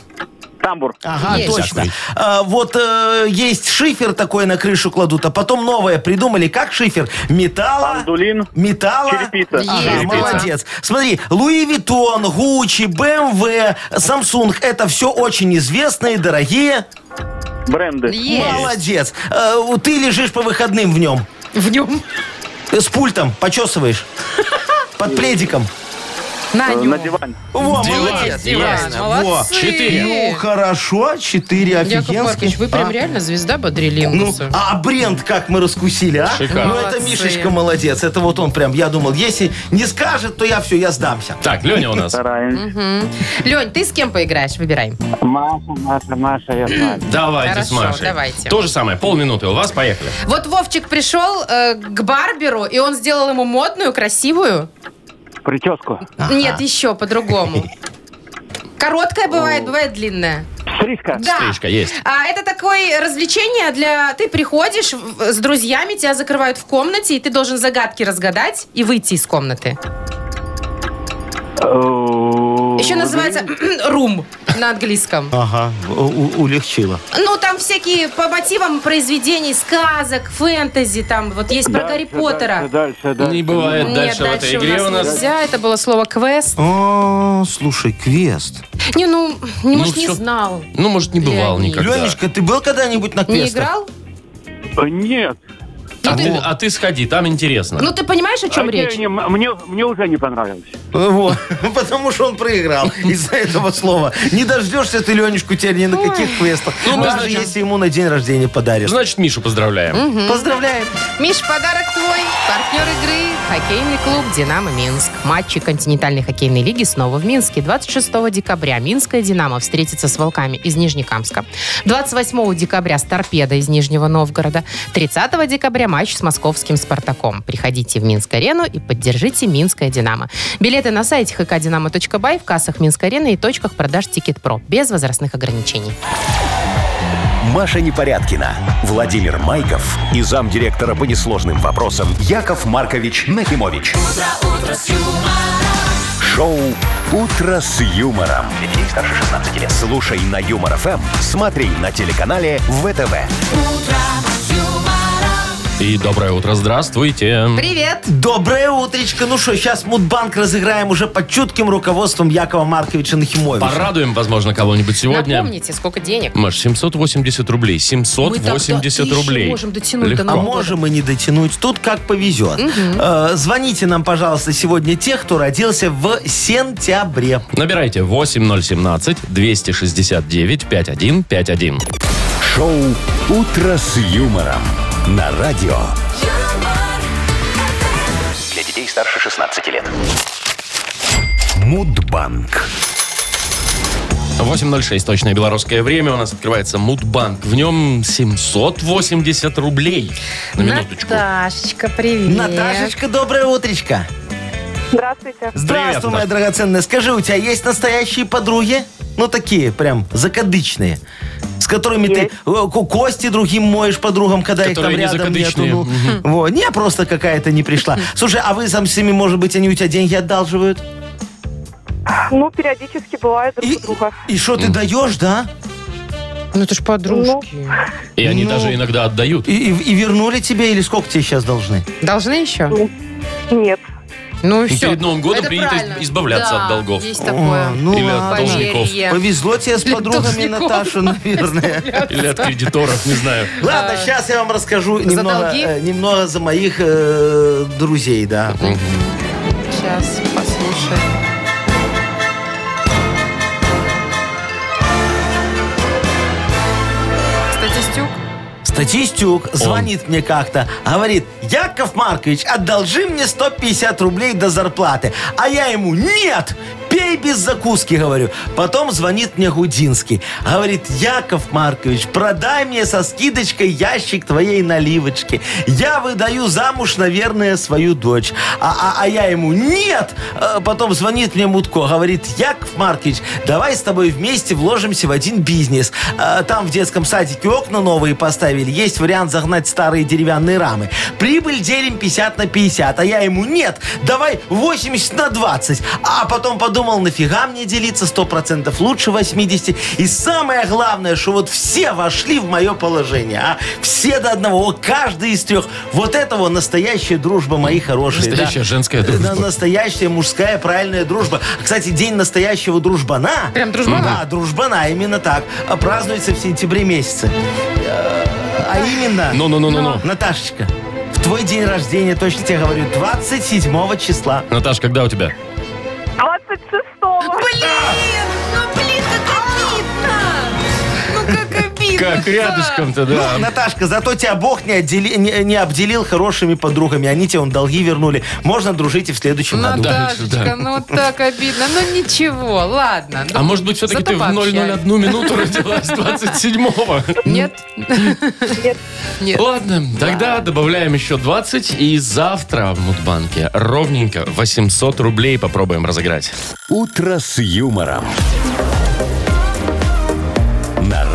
Speaker 5: Тамбур.
Speaker 3: Ага,
Speaker 2: Есть.
Speaker 3: точно. А, вот э, есть шифер такой на крышу кладут, а потом новое придумали. Как шифер? Металла.
Speaker 5: Андулин.
Speaker 3: Металла.
Speaker 5: Черепица.
Speaker 3: Ага,
Speaker 2: Черепица.
Speaker 3: молодец. Смотри, Луи Виттон, Гуччи, БМВ, Samsung. Это все очень известные, дорогие.
Speaker 5: Бренды.
Speaker 2: Есть.
Speaker 3: Молодец. Э, вот ты лежишь по выходным в нем.
Speaker 2: В нем.
Speaker 3: Э, С пультом почесываешь. Под пледиком.
Speaker 2: На
Speaker 5: Э,
Speaker 2: нем.
Speaker 5: На диван.
Speaker 3: Во,
Speaker 4: Диван,
Speaker 3: молодец.
Speaker 4: диван,
Speaker 3: Правильно, во.
Speaker 2: Молодцы.
Speaker 4: Четыре.
Speaker 3: Ну, хорошо, четыре
Speaker 2: Яков Маркович,
Speaker 3: офигенских. А?
Speaker 2: вы прям реально звезда
Speaker 3: Ну,
Speaker 2: Бодрилингуса.
Speaker 3: а бренд как мы раскусили, а?
Speaker 4: Шикарно.
Speaker 3: Ну, это
Speaker 2: Молодцы.
Speaker 3: Мишечка молодец. Это вот он прям, я думал, если не скажет, то я все, я сдамся.
Speaker 4: Так, Леня у нас.
Speaker 5: Стараемся.
Speaker 3: а
Speaker 2: Лень, ты с кем поиграешь? Выбирай.
Speaker 5: Маша, Маша, Маша, я знаю.
Speaker 4: Давайте
Speaker 2: Хорошо,
Speaker 4: с Машей.
Speaker 2: давайте.
Speaker 4: То же самое, полминуты у вас, поехали.
Speaker 2: Вот Вовчик пришел э, к барберу, и он сделал ему модную, красивую.
Speaker 5: Прическу.
Speaker 2: Нет, еще по-другому. Короткая бывает, бывает длинная.
Speaker 5: Стрижка.
Speaker 2: Да.
Speaker 4: Стрижка есть.
Speaker 2: А это такое развлечение для... Ты приходишь в- с друзьями, тебя закрывают в комнате, и ты должен загадки разгадать и выйти из комнаты. Еще
Speaker 5: Еще
Speaker 2: называется рум на английском.
Speaker 3: Ага, у- у- улегчило.
Speaker 2: Ну, там всякие по мотивам произведений, сказок, фэнтези, там вот есть про Гарри Поттера.
Speaker 5: Дальше,
Speaker 4: Не
Speaker 5: дальше.
Speaker 4: бывает
Speaker 2: Нет,
Speaker 4: дальше, в этой игре у нас.
Speaker 2: нельзя, это было слово квест.
Speaker 3: О, слушай, квест.
Speaker 2: Не, ну, не,
Speaker 4: Ну,
Speaker 2: может, не
Speaker 4: всё.
Speaker 2: знал.
Speaker 4: Ну, может, не бывал
Speaker 2: Леонид.
Speaker 4: никогда.
Speaker 3: Ленечка, ты был когда-нибудь на
Speaker 2: Не
Speaker 3: квестах?
Speaker 2: играл?
Speaker 5: Э, Нет.
Speaker 4: а, ты, а ты сходи, там интересно.
Speaker 2: Ну, ты понимаешь, о чем
Speaker 5: А, не,
Speaker 2: речь?
Speaker 5: не, м- Мне мне уже не понравилось.
Speaker 3: Э, Вот, потому что он проиграл из-за этого слова. Не дождешься ты Ленечку теперь ни на каких квестах.
Speaker 4: Ну, мы,
Speaker 3: Даже
Speaker 4: значит,
Speaker 3: если ему на день рождения
Speaker 2: Ну,
Speaker 3: подаришь.
Speaker 4: Ну, Значит, Мишу поздравляем.
Speaker 3: Поздравляем.
Speaker 2: Миш, подарок твой. Партнер игры – хоккейный клуб «Динамо Минск». Матчи континентальной хоккейной лиги снова в Минске. 26 декабря «Минская Динамо» встретится с «Волками» из Нижнекамска. 28 декабря с «Торпедо» из Нижнего Новгорода. 30 декабря матч с московским «Спартаком». Приходите в Минск-арену и поддержите «Минское Динамо». Билеты на сайте hkdinamo.by, в кассах «Минск-арены» и точках продаж «Тикет Про» без возрастных ограничений.
Speaker 1: Маша Непорядкина, Владимир Майков и замдиректора по несложным вопросам Яков Маркович Нахимович. Шоу «Утро с юмором». Для детей старше 16 лет. Слушай на Юмор ФМ, смотри на телеканале ВТВ.
Speaker 4: И доброе утро, здравствуйте.
Speaker 2: Привет!
Speaker 3: Доброе утречко. Ну что, сейчас Мудбанк разыграем уже под чутким руководством Якова Марковича Нахимовича.
Speaker 4: Порадуем, возможно, кого-нибудь сегодня.
Speaker 2: Напомните, сколько денег?
Speaker 4: Маш, 780 рублей. 780
Speaker 2: Мы так до
Speaker 4: рублей.
Speaker 2: тысячи можем дотянуть до
Speaker 4: Легко.
Speaker 3: А
Speaker 2: Нового
Speaker 3: можем и не дотянуть. Тут как повезет. Э, звоните нам, пожалуйста, сегодня тех, кто родился в сентябре.
Speaker 4: Набирайте 8017-269-5151.
Speaker 1: Шоу «Утро с юмором» на радио.
Speaker 6: Для детей старше 16 лет.
Speaker 1: Мудбанк.
Speaker 4: 8.06, точное белорусское время. У нас открывается Мудбанк. В нем 780 рублей. На минуточку.
Speaker 2: Наташечка, привет.
Speaker 3: Наташечка, доброе утречко.
Speaker 7: Здравствуйте.
Speaker 3: Здравствуй,
Speaker 4: Привет,
Speaker 3: моя драгоценная. Скажи, у тебя есть настоящие подруги? Ну, такие прям закадычные. С которыми ты
Speaker 7: Есть.
Speaker 3: э, ко- кости другим моешь подругам, когда
Speaker 4: Которые не
Speaker 3: их там рядом нету.
Speaker 4: закадычные.
Speaker 3: ну. Вот. Не, просто какая-то не пришла. Слушай, а вы сам с ними, может быть, они у тебя деньги одалживают?
Speaker 7: Ну, периодически бывает друг
Speaker 3: И-
Speaker 7: у друга.
Speaker 3: И что ты даешь, да?
Speaker 2: Ну это ж подружки.
Speaker 4: И они
Speaker 3: Ну.
Speaker 4: даже иногда отдают.
Speaker 3: И, и- и вернули тебе, или сколько тебе сейчас должны?
Speaker 2: Должны еще?
Speaker 7: Нет.
Speaker 2: Ну и
Speaker 4: Ну,
Speaker 2: все.
Speaker 4: перед Новым годом принято избавляться от долгов.
Speaker 2: есть такое.
Speaker 3: О, ну
Speaker 4: Или от
Speaker 3: ладно.
Speaker 4: должников.
Speaker 2: Поверье.
Speaker 3: Повезло тебе с
Speaker 2: Или
Speaker 3: подругами,
Speaker 2: должников.
Speaker 3: Наташа, наверное.
Speaker 4: Или от кредиторов, не знаю.
Speaker 3: Ладно, сейчас я вам расскажу
Speaker 2: А, за
Speaker 3: немного,
Speaker 2: долги?
Speaker 3: э, немного за моих э, друзей, да.
Speaker 2: Сейчас послушаем. Статистюк.
Speaker 3: Статистюк звонит мне как-то, говорит, Яков Маркович, одолжи мне 150 рублей до зарплаты. А я ему, нет, пей без закуски, говорю. Потом звонит мне Гудинский, говорит, Яков Маркович, продай мне со скидочкой ящик твоей наливочки. Я выдаю замуж, наверное, свою дочь. А, а- а я ему, нет, Э, потом звонит мне Мутко, говорит, Яков Маркович, давай с тобой вместе вложимся в один бизнес. А, Там в детском садике окна новые поставили, есть вариант загнать старые деревянные рамы. Прибыль делим 50 на 50, а я ему нет, давай 80 на 20. А потом подумал, нафига мне делиться, 100% лучше 80. И самое главное, что вот все вошли в мое положение, а все до одного, о, каждый из трех. Вот это вот настоящая дружба, мои хорошие. да.
Speaker 4: Настоящая женская
Speaker 3: Да,
Speaker 4: дружба.
Speaker 3: настоящая мужская правильная дружба. А, Кстати, день настоящего дружбана.
Speaker 2: Прям дружбана?
Speaker 3: Да, дружбана, именно так. А Празднуется в сентябре месяце. Э, А именно...
Speaker 4: Ну-ну-ну-ну-ну.
Speaker 3: Наташечка, в твой день рождения, точно тебе говорю, 27 числа.
Speaker 4: Наташ, когда у тебя?
Speaker 7: 26-го.
Speaker 2: Блин, ну блин, как обидно. Ну как обидно.
Speaker 4: Как рядышком-то,
Speaker 3: Ну,
Speaker 4: да.
Speaker 3: Наташка, зато тебя Бог не, отдели- не, не обделил хорошими подругами. Они тебе он долги вернули. Можно дружить и в
Speaker 2: Ну
Speaker 3: следующем году.
Speaker 4: Да, А да.
Speaker 2: Наташечка, ну так обидно. Ну ничего, ладно.
Speaker 4: А может быть, все-таки
Speaker 2: Зато
Speaker 4: ты в
Speaker 2: пообщались.
Speaker 4: 001 минуту родилась 27-го?
Speaker 2: Ну, Нет?
Speaker 7: Нет.
Speaker 2: Нет.
Speaker 4: Ладно, тогда добавляем еще 20, и завтра в Мудбанке ровненько 800 рублей попробуем разыграть.
Speaker 1: Утро с юмором. На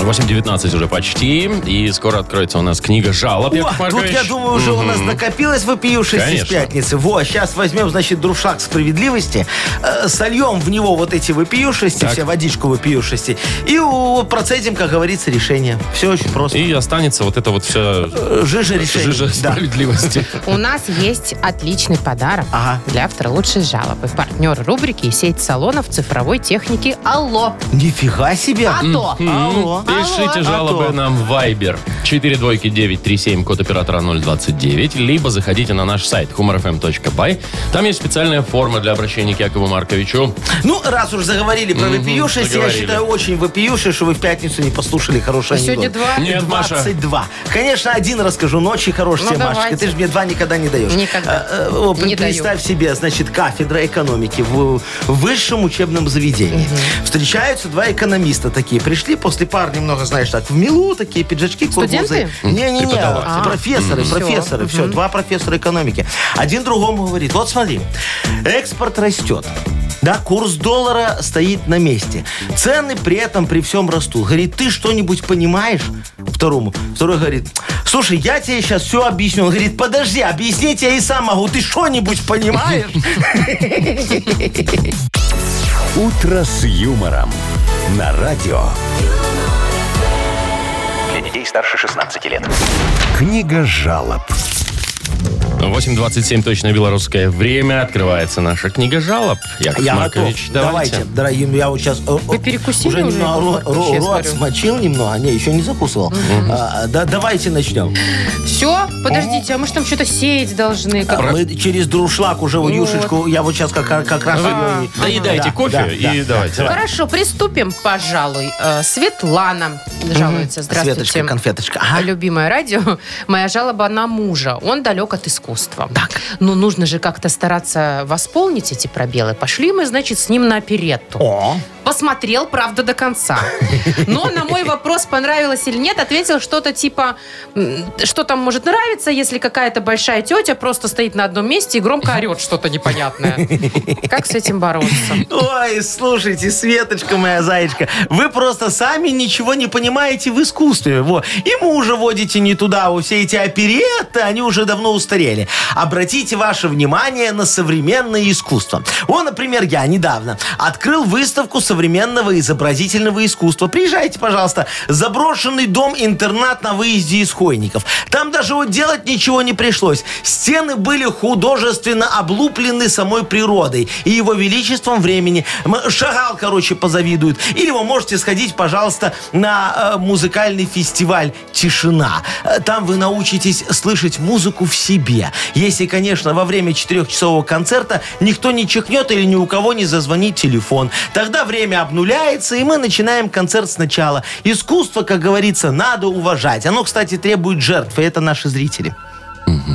Speaker 4: 8.19 уже почти, и скоро откроется у нас книга жалоб,
Speaker 3: О,
Speaker 4: Яков
Speaker 3: тут,
Speaker 4: Маркович.
Speaker 3: я думаю, уже у нас накопилось вопиюшись из
Speaker 4: Конечно.
Speaker 3: пятницы. Во, сейчас возьмем, значит, друшак справедливости, э, сольем в него вот эти вопиюшисти,
Speaker 4: Так.
Speaker 3: все водичку вопиюшисти, и у, процедим, как говорится, решение. Все очень просто.
Speaker 4: И останется вот это вот все
Speaker 3: Э, Жижа решение.
Speaker 4: жижа
Speaker 3: Да.
Speaker 4: справедливости.
Speaker 2: У нас есть отличный подарок
Speaker 3: Ага.
Speaker 2: для автора лучшей жалобы. Партнер рубрики «Сеть салонов цифровой техники Алло».
Speaker 3: Нифига себе.
Speaker 2: А то.
Speaker 3: Алло.
Speaker 4: Пишите
Speaker 3: Алло.
Speaker 4: жалобы
Speaker 3: А то.
Speaker 4: нам в Viber 42937, код оператора 029, либо заходите на наш сайт humorfm.by. Там есть специальная форма для обращения к Якову Марковичу.
Speaker 3: Ну, раз уж заговорили про вопиюшесть, я
Speaker 4: заговорили.
Speaker 3: считаю очень вопиюши, что вы в пятницу не послушали хороший
Speaker 2: И сегодня
Speaker 3: анекдот.
Speaker 2: два?
Speaker 4: Нет, Маша.
Speaker 3: 22. Конечно, один расскажу. Ночи хорошие,
Speaker 2: Ну,
Speaker 3: тебе, Машечка.
Speaker 2: давайте.
Speaker 3: Ты же мне два никогда не даешь.
Speaker 2: Никогда.
Speaker 3: Э, э, о,
Speaker 2: Не
Speaker 3: при- Представь себе, значит, кафедра экономики в высшем учебном заведении. Встречаются два экономиста такие. Пришли после пар немного, знаешь, так, в милу такие пиджачки.
Speaker 2: Студенты?
Speaker 3: Не-не-не.
Speaker 2: А.
Speaker 4: Преподаватели.
Speaker 3: Профессоры, профессоры. Все, два профессора экономики. Один другому говорит, вот смотри, экспорт растет. Да, курс доллара стоит на месте. Цены при этом, при всем растут. Говорит, ты что-нибудь понимаешь? Второму. Второй говорит, слушай, я тебе сейчас все объясню. Он говорит, подожди, объяснить я и сам могу. Ты что-нибудь понимаешь?
Speaker 1: Утро с юмором. На радио.
Speaker 6: Для детей старше 16 лет.
Speaker 1: Книга жалоб.
Speaker 4: 8.27 точно белорусское время. Открывается наша книга жалоб. Яков
Speaker 3: Я
Speaker 4: Маркович,
Speaker 3: готов.
Speaker 4: давайте.
Speaker 3: Давайте, дорогие, ну, я вот сейчас... Вы
Speaker 2: перекусили уже,
Speaker 3: немного
Speaker 2: Яков
Speaker 3: ро- ро-
Speaker 2: Маркович, я
Speaker 3: рот
Speaker 2: смотрю?
Speaker 3: смочил немного, не, еще не закусывал. А, да, давайте начнем.
Speaker 2: Все? Подождите, а мы же там что-то сеять должны? Как-
Speaker 3: А Мы через друшлак уже вот юшечку, я вот сейчас как, как раз...
Speaker 4: Вы
Speaker 3: её и-
Speaker 4: доедайте
Speaker 3: Да,
Speaker 4: А, кофе
Speaker 3: да,
Speaker 4: и
Speaker 3: да.
Speaker 4: давайте.
Speaker 2: Хорошо, приступим, пожалуй. Э, Светлана жалуется.
Speaker 3: Светочка, А?
Speaker 2: Здравствуйте.
Speaker 3: конфеточка. Ага.
Speaker 2: Любимое радио, моя жалоба на мужа. Он далек от искусства. Так. Но нужно же как-то стараться восполнить эти пробелы. Пошли мы, значит, с ним на оперетту.
Speaker 3: О,
Speaker 2: Посмотрел, правда, до конца. Но на мой вопрос, понравилось или нет, ответил что-то типа, м, что там может нравиться, если какая-то большая тетя просто стоит на одном месте и громко орет что-то непонятное. Как с этим бороться?
Speaker 3: Ой, слушайте, Светочка моя зайчка, вы просто сами ничего не понимаете в искусстве. Во. И мужа водите не туда. У все эти оперетты, они уже давно устарели. Обратите ваше внимание на современное искусство. Вот, например, я недавно открыл выставку современного изобразительного искусства. Приезжайте, пожалуйста. Заброшенный дом-интернат на выезде из Хойников. Там даже вот делать ничего не пришлось. Стены были художественно облуплены самой природой и его величеством времени. М, Шагал, короче, позавидует. Или вы можете сходить, пожалуйста, на э, музыкальный фестиваль «Тишина». Э, Там вы научитесь слышать музыку в себе. Если, конечно, во время четырехчасового концерта никто не чихнет или ни у кого не зазвонит телефон. Тогда время обнуляется, и мы начинаем концерт сначала. Искусство, как говорится, надо уважать. Оно, кстати, требует жертв, и это наши зрители.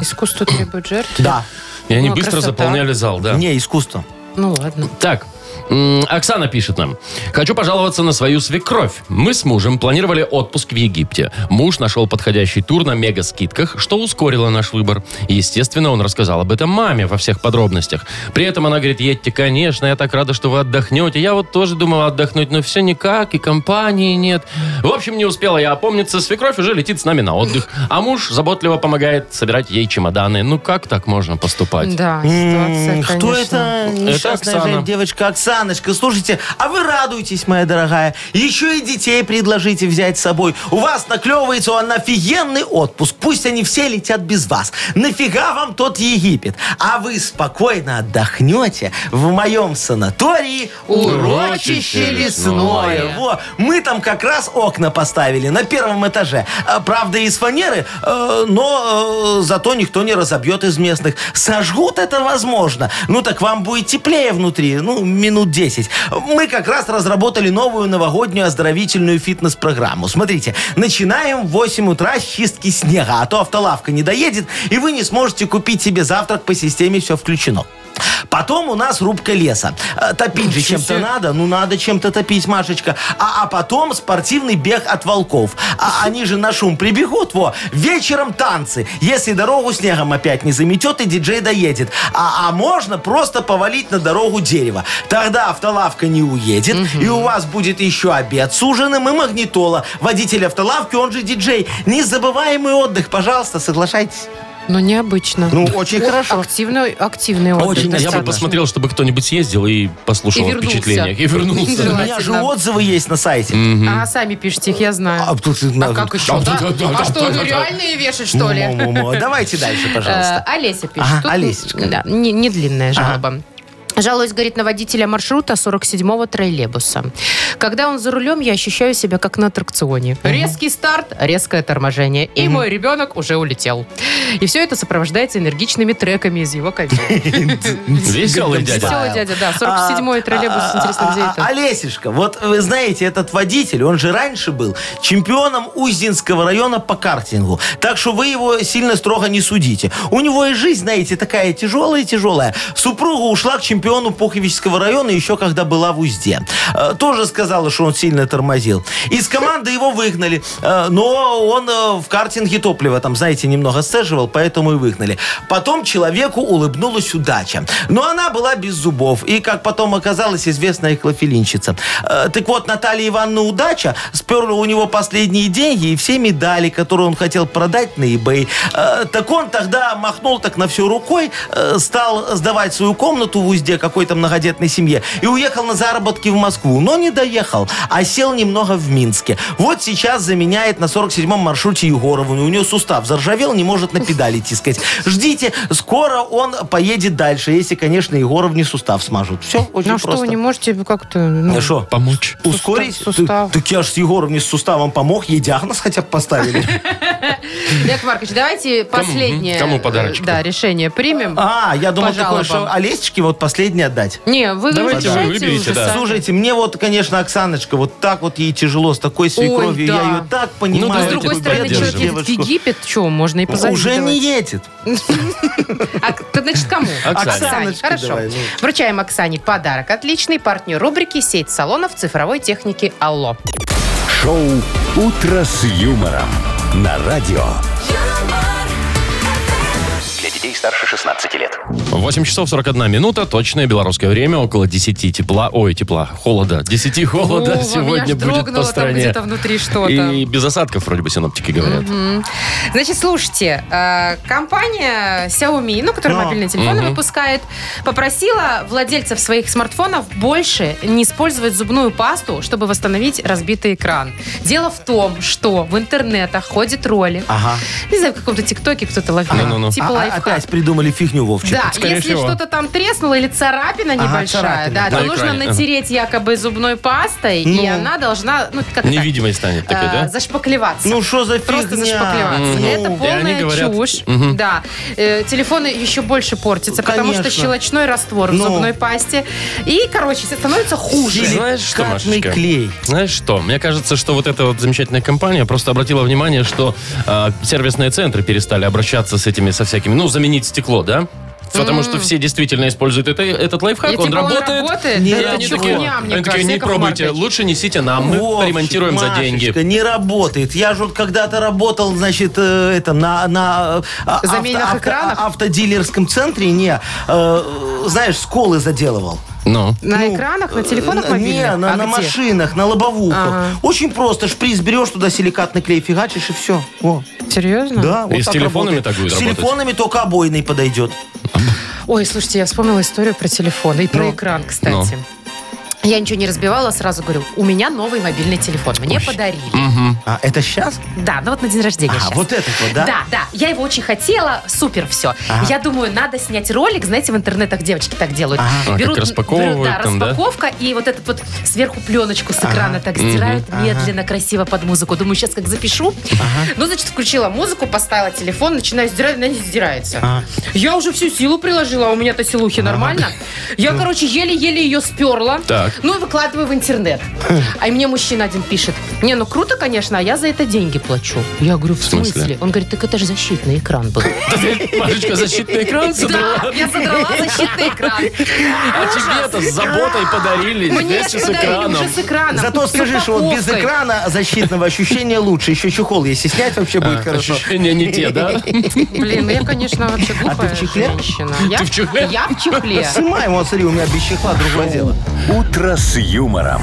Speaker 2: Искусство требует жертв?
Speaker 3: Да.
Speaker 4: И они
Speaker 2: Ну,
Speaker 4: быстро
Speaker 2: красота.
Speaker 4: заполняли зал, да.
Speaker 3: Не искусство.
Speaker 2: Ну ладно.
Speaker 4: Так, м, Оксана пишет нам. Хочу пожаловаться на свою свекровь. Мы с мужем планировали отпуск в Египте. Муж нашел подходящий тур на мега-скидках, что ускорило наш выбор. Естественно, он рассказал об этом маме во всех подробностях. При этом она говорит, едьте, конечно, я так рада, что вы отдохнете. Я вот тоже думала отдохнуть, но все никак, и компании нет. В общем, не успела я опомниться. Свекровь уже летит с нами на отдых. А муж заботливо помогает собирать ей чемоданы. Ну как так можно поступать?
Speaker 2: Да, ситуация,
Speaker 3: М, Кто
Speaker 2: конечно.
Speaker 3: это? Несчастная
Speaker 4: Оксана.
Speaker 3: же девочка Оксаночка. Слушайте, а вы радуйтесь, моя дорогая. Еще и детей предложите взять с собой. У вас наклевывается он офигенный отпуск. Пусть они все летят без вас. Нафига вам тот Египет? А вы спокойно отдохнете в моем санатории
Speaker 4: Урочище
Speaker 3: урочище
Speaker 4: лесное.
Speaker 3: лесное. Во, мы там как раз окна поставили на первом этаже. А, Правда, из фанеры, э, но э, зато никто не разобьет из местных. Сожгут это возможно. Ну так вам будет теплее внутри, ну, минут 10. Мы как раз разработали новую новогоднюю оздоровительную фитнес-программу. Смотрите, начинаем в 8 утра с чистки снега, а то автолавка не доедет, и вы не сможете купить себе завтрак по системе «Все включено». Потом у нас рубка леса. Э, Топить же чем-то надо. Ну, надо чем-то топить, Машечка. А, а потом спортивный бег от волков. А они же на шум прибегут, во. Вечером танцы. Если дорогу снегом опять не заметет, и диджей доедет. А, а можно просто повалить на дорогу дерево. Тогда автолавка не уедет, и у вас будет еще обед с ужином и магнитола. Водитель автолавки, он же диджей. Незабываемый отдых, пожалуйста, соглашайтесь.
Speaker 2: Ну, необычно.
Speaker 3: Ну, очень хорошо.
Speaker 2: Активный, активный отдых.
Speaker 3: Очень
Speaker 4: Я
Speaker 2: достаточно.
Speaker 4: бы посмотрел, чтобы кто-нибудь съездил и послушал
Speaker 2: И
Speaker 4: о
Speaker 2: вернулся.
Speaker 4: впечатлениях. И вернулся.
Speaker 3: У меня же
Speaker 2: Желательно.
Speaker 3: отзывы есть на сайте.
Speaker 2: А, сами пишите их, я знаю.
Speaker 3: А тут
Speaker 2: А
Speaker 3: надо-
Speaker 2: как еще, да?
Speaker 4: да, да, да,
Speaker 2: А что,
Speaker 4: да,
Speaker 2: ну,
Speaker 4: да. Ну,
Speaker 2: реальные вешать, что ли?
Speaker 3: Му-му-му. Давайте дальше, пожалуйста.
Speaker 2: Э, Олеся пишет.
Speaker 3: Ага,
Speaker 2: Тут,
Speaker 3: Олесечка.
Speaker 2: Да, не, не длинная жалоба. Жалуюсь, говорит, на водителя маршрута 47-го троллейбуса. Когда он за рулем, я ощущаю себя как на аттракционе. Резкий старт, резкое торможение. И мой ребенок уже улетел. И все это сопровождается энергичными треками из его кабины.
Speaker 4: Веселый дядя.
Speaker 2: Веселый дядя, да. 47-й троллейбус,
Speaker 3: А,
Speaker 2: интересно, где
Speaker 3: а, а,
Speaker 2: это?
Speaker 3: Олесишка, вот вы знаете, этот водитель, он же раньше был чемпионом Уздинского района по картингу. Так что вы его сильно строго не судите. У него и жизнь, знаете, такая тяжелая-тяжелая. Супруга ушла к чемпиону Пуховического района еще когда была в Узде. Э, Тоже сказала, что он сильно тормозил. Из команды его выгнали. Э, Но он э, в картинге топливо там, знаете, немного сцеживал, поэтому и выгнали. Потом человеку улыбнулась удача. Но она была без зубов. И, как потом оказалось, известная клофелинщица. Э, Так вот, Наталья Ивановна Удача сперла у него последние деньги и все медали, которые он хотел продать на eBay. Э, Так он тогда махнул так на всю рукой, э, стал сдавать свою комнату в узде какой-то многодетной семье и уехал на заработки в Москву. Но не доехал, а сел немного в Минске. Вот сейчас заменяет на 47-м маршруте Егорову. У нее сустав заржавел, не может на педали тискать. Ждите, скоро он поедет дальше, если, конечно, Егоров не сустав смажут. Все очень
Speaker 2: Ну а что,
Speaker 3: просто.
Speaker 2: вы не можете как-то... ну,
Speaker 3: А шо?
Speaker 4: Помочь.
Speaker 3: Ускорить?
Speaker 2: сустав.
Speaker 3: Ты- Так я ж с Егором не с суставом помог, ей диагноз хотя бы поставили.
Speaker 2: Яков Маркович, давайте последнее
Speaker 4: кому подарочку?
Speaker 2: Да, решение примем.
Speaker 3: А, я думал,
Speaker 2: По
Speaker 3: такое,
Speaker 2: жалобам.
Speaker 3: что Олесечке вот последний отдать.
Speaker 2: Не, вы
Speaker 4: Давайте вы
Speaker 2: решайте
Speaker 4: выберите,
Speaker 2: уже
Speaker 4: да.
Speaker 2: сами.
Speaker 3: Слушайте, мне вот, конечно, Оксаночка, вот так вот ей тяжело, с такой свекровью,
Speaker 2: да.
Speaker 3: я ее так понимаю.
Speaker 2: Ну, с
Speaker 4: давайте
Speaker 2: другой
Speaker 4: мы
Speaker 2: стороны, человек
Speaker 4: поддержим.
Speaker 2: едет в Египет, что, можно и позавидовать.
Speaker 3: Уже не едет.
Speaker 2: А к- значит, кому?
Speaker 4: Оксане.
Speaker 3: Оксаночке
Speaker 2: Хорошо.
Speaker 3: давай, ну.
Speaker 2: Вручаем Оксане подарок. Отличный партнер рубрики «Сеть салонов цифровой техники Алло».
Speaker 1: Шоу «Утро с юмором» на радио.
Speaker 6: Для детей старше 16 лет.
Speaker 4: 8 часов 41 минута, точное белорусское время, около 10 тепла, ой, тепла, холода, 10 холода
Speaker 2: О, во, меня
Speaker 4: сегодня
Speaker 2: аж
Speaker 4: будет по
Speaker 2: дрогнуло там
Speaker 4: стране.
Speaker 2: где-то внутри что-то.
Speaker 4: И без осадков, вроде бы, синоптики говорят.
Speaker 2: Значит, слушайте, э, компания Xiaomi, ну, которая
Speaker 4: А,
Speaker 3: Да.
Speaker 2: мобильные телефоны выпускает, попросила владельцев своих смартфонов больше не использовать зубную пасту, чтобы восстановить разбитый экран. Дело в том, что в интернетах ходит ролик,
Speaker 3: Ага.
Speaker 2: не знаю, в каком-то ТикТоке кто-то ловил,
Speaker 4: Ну-ну-ну.
Speaker 2: типа
Speaker 3: А- а-
Speaker 2: лайфхак.
Speaker 3: опять придумали фигню, Вовчик.
Speaker 2: Да,
Speaker 4: Скорее
Speaker 2: если
Speaker 4: всего.
Speaker 2: что-то там треснуло или царапина небольшая,
Speaker 3: царапина.
Speaker 2: да, то
Speaker 4: На
Speaker 2: нужно
Speaker 4: экране.
Speaker 2: натереть якобы зубной пастой, и
Speaker 3: Ну.
Speaker 2: она должна, ну, как это?
Speaker 4: Невидимой станет такой,
Speaker 2: Э,
Speaker 4: да?
Speaker 2: Зашпаклеваться.
Speaker 3: Ну что за фигня?
Speaker 2: Просто зашпаклеваться.
Speaker 4: Мгм.
Speaker 2: Это
Speaker 4: Ну, и они
Speaker 2: полная
Speaker 4: говорят-
Speaker 2: чушь.
Speaker 4: Мгм.
Speaker 2: Да. Э, телефоны еще больше портятся, потому что
Speaker 3: Конечно.
Speaker 2: щелочной раствор в
Speaker 3: Ну.
Speaker 2: зубной пасте. И, короче, становится хуже.
Speaker 4: Сильно. Знаешь что,
Speaker 3: Силикатный
Speaker 4: Машечка?
Speaker 3: клей.
Speaker 4: Знаешь что? Мне кажется, что вот эта вот замечательная компания просто обратила внимание, что э, сервисные центры перестали обращаться с этими, со всякими, ну, заменить стекло, да? Потому что все действительно используют это, этот лайфхак,
Speaker 2: И
Speaker 4: он,
Speaker 2: типа он
Speaker 4: работает.
Speaker 2: работает?
Speaker 4: И
Speaker 3: Да это
Speaker 4: они
Speaker 3: чего?
Speaker 4: такие,
Speaker 2: Ням, мне
Speaker 4: они такие,
Speaker 2: кажется,
Speaker 4: не
Speaker 2: Яков
Speaker 4: пробуйте,
Speaker 2: Маркович».
Speaker 4: лучше несите нам, А мы
Speaker 3: Вовчик,
Speaker 4: поремонтируем за деньги.
Speaker 3: Машечка, не работает. Я же вот когда-то работал, значит, э, это на, на э, а-
Speaker 2: Замененных экранах?
Speaker 3: автодилерском центре, не, э, знаешь, сколы заделывал.
Speaker 4: Ну,
Speaker 2: На
Speaker 3: Ну,
Speaker 2: экранах, на телефонах
Speaker 3: Э,
Speaker 2: мобильных?
Speaker 3: Не, на,
Speaker 2: А
Speaker 3: на
Speaker 2: где?
Speaker 3: машинах, на лобовухах.
Speaker 2: Ага.
Speaker 3: Очень просто, шприц берешь туда, силикатный клей фигачишь и все. О,
Speaker 2: Серьезно?
Speaker 3: да, вот
Speaker 4: И с
Speaker 3: так
Speaker 4: телефонами
Speaker 3: работает.
Speaker 4: так будет
Speaker 3: С
Speaker 4: работать?
Speaker 3: телефонами только обойный подойдет.
Speaker 2: Ой, слушайте, я вспомнила историю про телефон и
Speaker 3: Ну,
Speaker 2: про экран, кстати. Я ничего не разбивала, сразу говорю, у меня новый мобильный телефон, мне подарили.
Speaker 3: А это сейчас?
Speaker 2: Да, ну вот на день рождения
Speaker 3: А,
Speaker 2: щас.
Speaker 3: вот этот вот, да?
Speaker 2: Да, да. Я его очень хотела. Супер, все.
Speaker 3: Ага.
Speaker 2: Я думаю, надо снять ролик. Знаете, в интернетах девочки так делают.
Speaker 4: А, как распаковывают
Speaker 2: берут, да,
Speaker 4: там, да?
Speaker 2: распаковка, и вот этот вот сверху пленочку с экрана так стирают медленно, красиво под музыку. Думаю, сейчас как запишу. Ну, значит, включила музыку, поставила телефон, начинаю сдирать, она не сдирается. Я уже всю силу приложила, а у меня-то силухи нормально. Я,
Speaker 3: Ну.
Speaker 2: короче, еле-еле ее сперла.
Speaker 4: Так.
Speaker 2: Ну, и выкладываю в интернет. А и мне мужчина один пишет, не, ну круто, конечно, а я за это деньги плачу. Я говорю, в
Speaker 4: смысле?
Speaker 2: смысле? Он говорит, так это же защитный экран был.
Speaker 4: Машечка, защитный экран содрала.
Speaker 2: Да, я задрала защитный экран.
Speaker 4: А тебе-то с заботой подарили
Speaker 2: Мне
Speaker 4: вместе с
Speaker 2: подарили
Speaker 4: экраном.
Speaker 2: уже с экраном.
Speaker 3: Зато
Speaker 2: с
Speaker 3: скажи, что вот без
Speaker 2: упаковкой.
Speaker 3: экрана защитного ощущения лучше. Еще чехол, если снять, вообще будет
Speaker 4: А,
Speaker 3: хорошо.
Speaker 4: Ощущения не те, да?
Speaker 2: Блин, ну я, конечно, вообще глупая
Speaker 3: А ты в чехле?
Speaker 2: женщина. Я,
Speaker 4: Ты в чехле?
Speaker 2: Я в чехле.
Speaker 3: Снимаем, вот смотри, у меня без чехла другое дело.
Speaker 1: «Утро с юмором».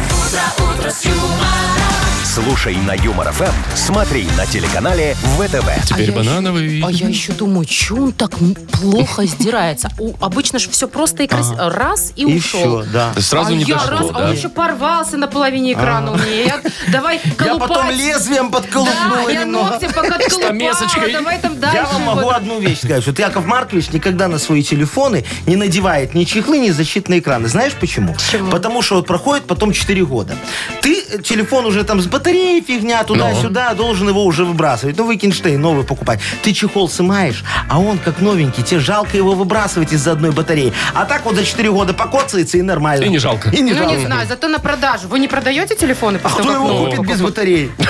Speaker 1: Слушай на Юмор ФМ, смотри на телеканале ВТВ.
Speaker 4: Теперь банановый.
Speaker 2: А я еще думаю, че он так м- плохо сдирается? У- обычно же все просто и красиво. Раз и
Speaker 3: А. И
Speaker 2: ушел.
Speaker 3: все, да.
Speaker 4: Сразу
Speaker 2: а
Speaker 4: не
Speaker 2: я раз,
Speaker 4: дошло,
Speaker 2: а
Speaker 4: да?
Speaker 2: он еще порвался на половине экрана у меня. Я- давай
Speaker 3: А. Я
Speaker 2: колупать.
Speaker 3: потом лезвием
Speaker 2: Да,
Speaker 3: подколупнула
Speaker 2: я
Speaker 3: немного.
Speaker 2: ногти пока колупала.
Speaker 4: Стамесочкой.
Speaker 2: Давай там дальше.
Speaker 3: Я вам могу
Speaker 2: вот.
Speaker 3: одну вещь сказать. Вот Яков Маркович никогда на свои телефоны не надевает ни чехлы, ни защитные экраны. Знаешь почему? Потому что вот проходит потом 4 года. Ты э, телефон уже там с батареей фигня
Speaker 2: Ну.
Speaker 3: туда-сюда, должен его уже выбрасывать. Ну, Викинштейн новый покупать. Ты чехол сымаешь, а он как новенький. Тебе жалко его выбрасывать из-за одной батареи. А так вот за 4 года покоцается и нормально.
Speaker 4: И не жалко.
Speaker 3: И не
Speaker 2: Ну,
Speaker 3: жалко.
Speaker 2: не знаю, зато на продажу. Вы не продаете телефоны?
Speaker 3: А кто его купит без батареи?
Speaker 2: Ну,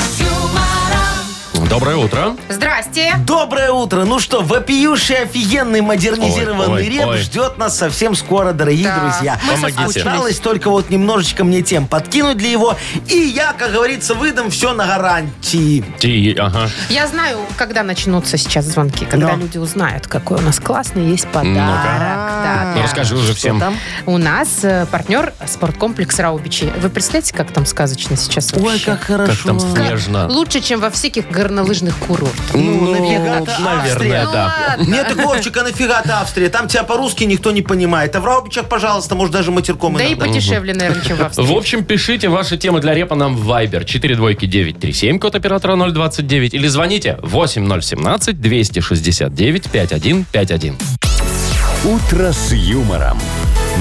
Speaker 4: Доброе утро.
Speaker 2: Здрасте!
Speaker 3: Доброе утро! Ну что, вопиющий, офигенный, модернизированный
Speaker 4: Ой, ой,
Speaker 3: реп
Speaker 4: ой.
Speaker 3: ждет нас совсем скоро, дорогие
Speaker 2: Да,
Speaker 3: друзья.
Speaker 2: мы
Speaker 4: Помогите. соскучились.
Speaker 3: Осталось только вот немножечко мне тем подкинуть для его, и я, как говорится, выдам все на гарантии.
Speaker 4: Ти- ага.
Speaker 2: Я знаю, когда начнутся сейчас звонки, когда
Speaker 3: Но.
Speaker 2: люди узнают, какой у нас классный есть подарок.
Speaker 3: А,
Speaker 2: Да, да.
Speaker 4: Ну, Расскажи уже всем.
Speaker 2: У нас э, партнер спорткомплекс Раубичи. Вы представляете, как там сказочно сейчас вообще?
Speaker 3: Ой, как
Speaker 4: Как
Speaker 3: хорошо.
Speaker 4: там снежно.
Speaker 2: Лучше, чем во всяких горнолыжных курортах. Ну
Speaker 3: Ну, нафига ты
Speaker 4: наверное,
Speaker 3: Австрия?
Speaker 4: да.
Speaker 3: Нет, так, Вовчик, а нафига ты Австрия? Там тебя по-русски никто не понимает. А в Раубичах, пожалуйста, может, даже
Speaker 4: Ну
Speaker 3: матерком
Speaker 2: Да и
Speaker 3: иногда.
Speaker 2: подешевле, наверное, чем в
Speaker 4: В
Speaker 2: Австрии.
Speaker 4: общем, пишите ваши темы для репа нам в Viber 42937, код оператора 029, или звоните 8017-269-5151.
Speaker 3: Ну,
Speaker 1: «Утро с юмором»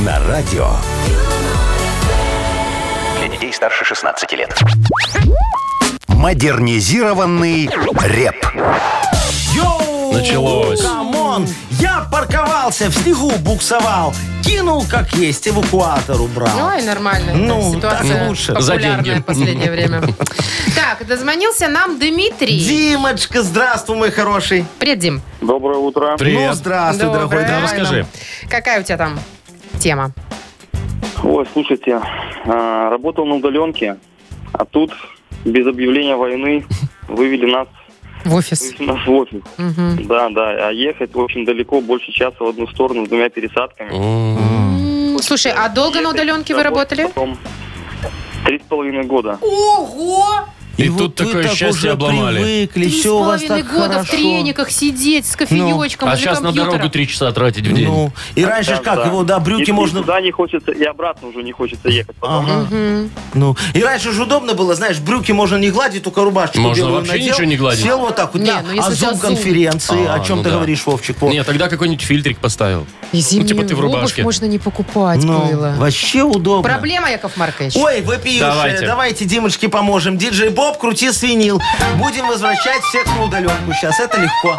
Speaker 1: на радио.
Speaker 6: Для детей старше 16 лет.
Speaker 1: Модернизированный реп.
Speaker 3: Йоу!
Speaker 4: Началось.
Speaker 3: Камон! Я парковался, в снегу буксовал. Кинул, как есть, эвакуатору брал.
Speaker 2: Ну и нормально.
Speaker 3: Ну,
Speaker 2: Ситуация
Speaker 3: так лучше.
Speaker 4: За
Speaker 2: популярная
Speaker 4: деньги.
Speaker 2: в последнее время. Так, дозвонился нам Дмитрий.
Speaker 3: Димочка, здравствуй, мой хороший.
Speaker 2: Привет, Дим.
Speaker 5: Доброе утро.
Speaker 3: Ну,
Speaker 4: Привет.
Speaker 3: здравствуй,
Speaker 2: Доброе.
Speaker 3: дорогой.
Speaker 4: Да, расскажи.
Speaker 2: Какая у тебя там тема?
Speaker 5: Ой, слушайте, а, работал на удаленке, а тут без объявления войны вывели нас
Speaker 2: В офис.
Speaker 8: в офис. Да, да. А ехать очень далеко, больше часа в одну сторону с двумя пересадками.
Speaker 2: М, Слушай, а долго на
Speaker 8: Ехать,
Speaker 2: удаленке вы
Speaker 8: работать
Speaker 2: работали?
Speaker 8: потом Три с половиной года.
Speaker 2: Ого!
Speaker 4: И
Speaker 3: вот
Speaker 4: тут
Speaker 3: вы
Speaker 4: такое
Speaker 3: так
Speaker 4: счастье
Speaker 3: уже
Speaker 4: обломали.
Speaker 3: привыкли,
Speaker 2: Три с
Speaker 3: все у вас
Speaker 2: половиной
Speaker 3: так
Speaker 2: года в
Speaker 3: хорошо.
Speaker 2: трениках сидеть с кофеечком
Speaker 4: А
Speaker 2: возле
Speaker 4: сейчас на
Speaker 2: компьютера.
Speaker 4: дорогу три часа тратить в день.
Speaker 3: Ну, и раньше ж
Speaker 8: Да,
Speaker 3: как,
Speaker 8: да.
Speaker 3: его, да,
Speaker 8: И-
Speaker 3: брюки
Speaker 8: и
Speaker 3: можно... А.
Speaker 8: Туда не хочется, и обратно уже не хочется ехать. Потом
Speaker 3: Ага. Ну, и раньше же удобно было, знаешь, брюки можно не гладить, только рубашечку
Speaker 4: Можно
Speaker 3: белую
Speaker 4: вообще
Speaker 3: надел,
Speaker 4: ничего не гладить.
Speaker 3: Сел вот так вот,
Speaker 2: Не,
Speaker 3: да.
Speaker 2: ну, если
Speaker 3: а
Speaker 2: у тебя зум.
Speaker 3: зум-конференции,
Speaker 4: А,
Speaker 3: о чем
Speaker 4: ну
Speaker 3: ты
Speaker 4: да.
Speaker 3: говоришь, Вовчик? вот.
Speaker 4: Не, тогда какой-нибудь фильтрик поставил.
Speaker 2: И зимнюю
Speaker 4: типа ты в
Speaker 2: обувь
Speaker 4: рубашке.
Speaker 2: можно не покупать
Speaker 3: ну,
Speaker 2: было.
Speaker 3: вообще удобно.
Speaker 2: Проблема, Яков Маркович.
Speaker 3: Ой, вопиющая,
Speaker 4: Давайте.
Speaker 3: давайте. Димочке поможем. Диджей Боб, крути свинил. Будем возвращать всех на удаленку сейчас, это легко.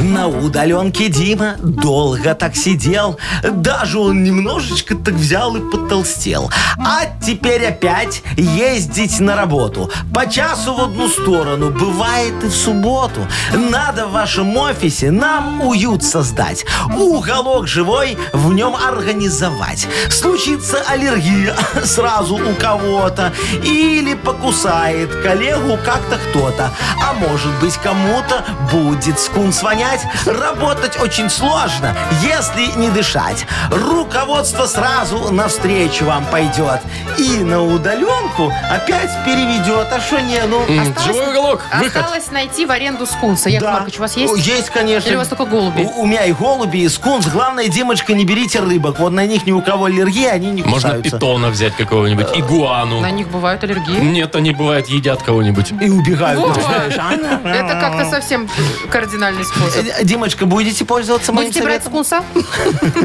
Speaker 3: На удаленке Дима долго так сидел. Даже он немножечко так взял и потолстел. А теперь опять ездить на работу. По часу в одну сторону, бывает и в субботу. Надо в вашем офисе нам уют создать. Уголок живой в нем организовать. Случится аллергия сразу у кого-то. Или покусает коллегу как-то кто-то. А может быть кому-то будет скунс вонять. Работать очень сложно, если не дышать. Руководство сразу навстречу вам пойдет. И на удаленку опять переведет. А что не, ну...
Speaker 4: М, Живой уголок, выход.
Speaker 2: Осталось найти в аренду скунса. Яков
Speaker 3: Да.
Speaker 2: Маркович, у вас есть?
Speaker 3: О, Есть, конечно.
Speaker 2: Или у вас только голуби?
Speaker 3: У, у меня и голуби, и скунс. Главное, Димочка, не берите рыбок. Вот на них ни у кого аллергия, они не
Speaker 4: Можно
Speaker 3: кусаются.
Speaker 4: питона взять какого-нибудь, игуану.
Speaker 2: На них бывают аллергии.
Speaker 4: Нет, они бывают, едят кого-нибудь.
Speaker 3: И убегают.
Speaker 2: Вот.
Speaker 3: знаешь.
Speaker 2: Это как-то совсем кардинальный способ.
Speaker 3: Э, Димочка, будете пользоваться моим
Speaker 2: Будете брать
Speaker 3: советом?
Speaker 2: скунса?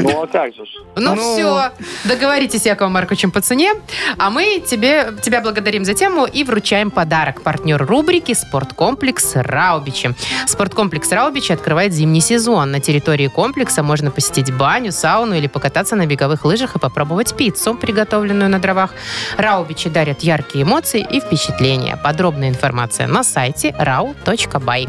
Speaker 8: Ну а как же ж?
Speaker 2: Ну,
Speaker 3: Ну.
Speaker 2: все, договоритесь с Яковом Марковичем по цене, а мы тебе, тебя благодарим за тему и вручаем подарок. Партнер рубрики «Спорткомплекс Раубичи». «Спорткомплекс Раубичи» открывает зимний сезон. На территории комплекса можно посетить баню, сауну или покататься на беговых лыжах и попробовать пиццу, приготовленную на дровах. Раубичи дарят яркие эмоции и впечатления. Подробная информация на сайте rau.by.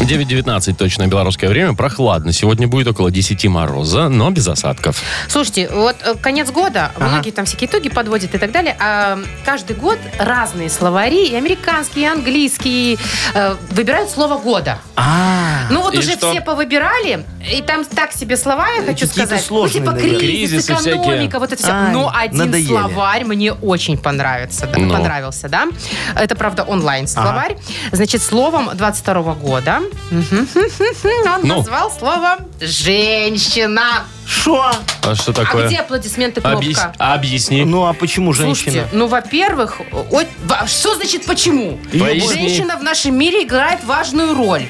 Speaker 4: 9.19 точно белорусское время. Прохладно. Сегодня будет около 10 мороза, но без осадков.
Speaker 2: Слушайте, вот э, конец года, многие там всякие итоги подводят и так далее, а каждый год разные словари, и американские, и английские, э, выбирают слово года.
Speaker 3: А,
Speaker 2: Ну вот
Speaker 4: И
Speaker 2: уже
Speaker 4: что?
Speaker 2: все повыбирали, и там так себе слова, я хочу
Speaker 3: Какие-то
Speaker 2: сказать.
Speaker 3: сложные,
Speaker 2: ну, типа
Speaker 3: наверное.
Speaker 2: кризис,
Speaker 4: Кризисы всякие.
Speaker 2: экономика, вот это все.
Speaker 3: Ай,
Speaker 2: Но один
Speaker 3: надоели.
Speaker 2: словарь мне очень понравится. да,
Speaker 4: Ну.
Speaker 2: Понравился, да? Это, правда, онлайн-словарь. Значит, словом 22 года мгм, он
Speaker 4: Ну.
Speaker 2: назвал словом «женщина».
Speaker 3: что?
Speaker 4: А что такое?
Speaker 2: А где аплодисменты кнопка?
Speaker 4: Объяс- Объясни.
Speaker 3: Ну а почему женщина?
Speaker 2: Слушайте, ну, во-первых, о- во- что значит почему?
Speaker 4: Поясни.
Speaker 2: Женщина в нашем мире играет важную роль.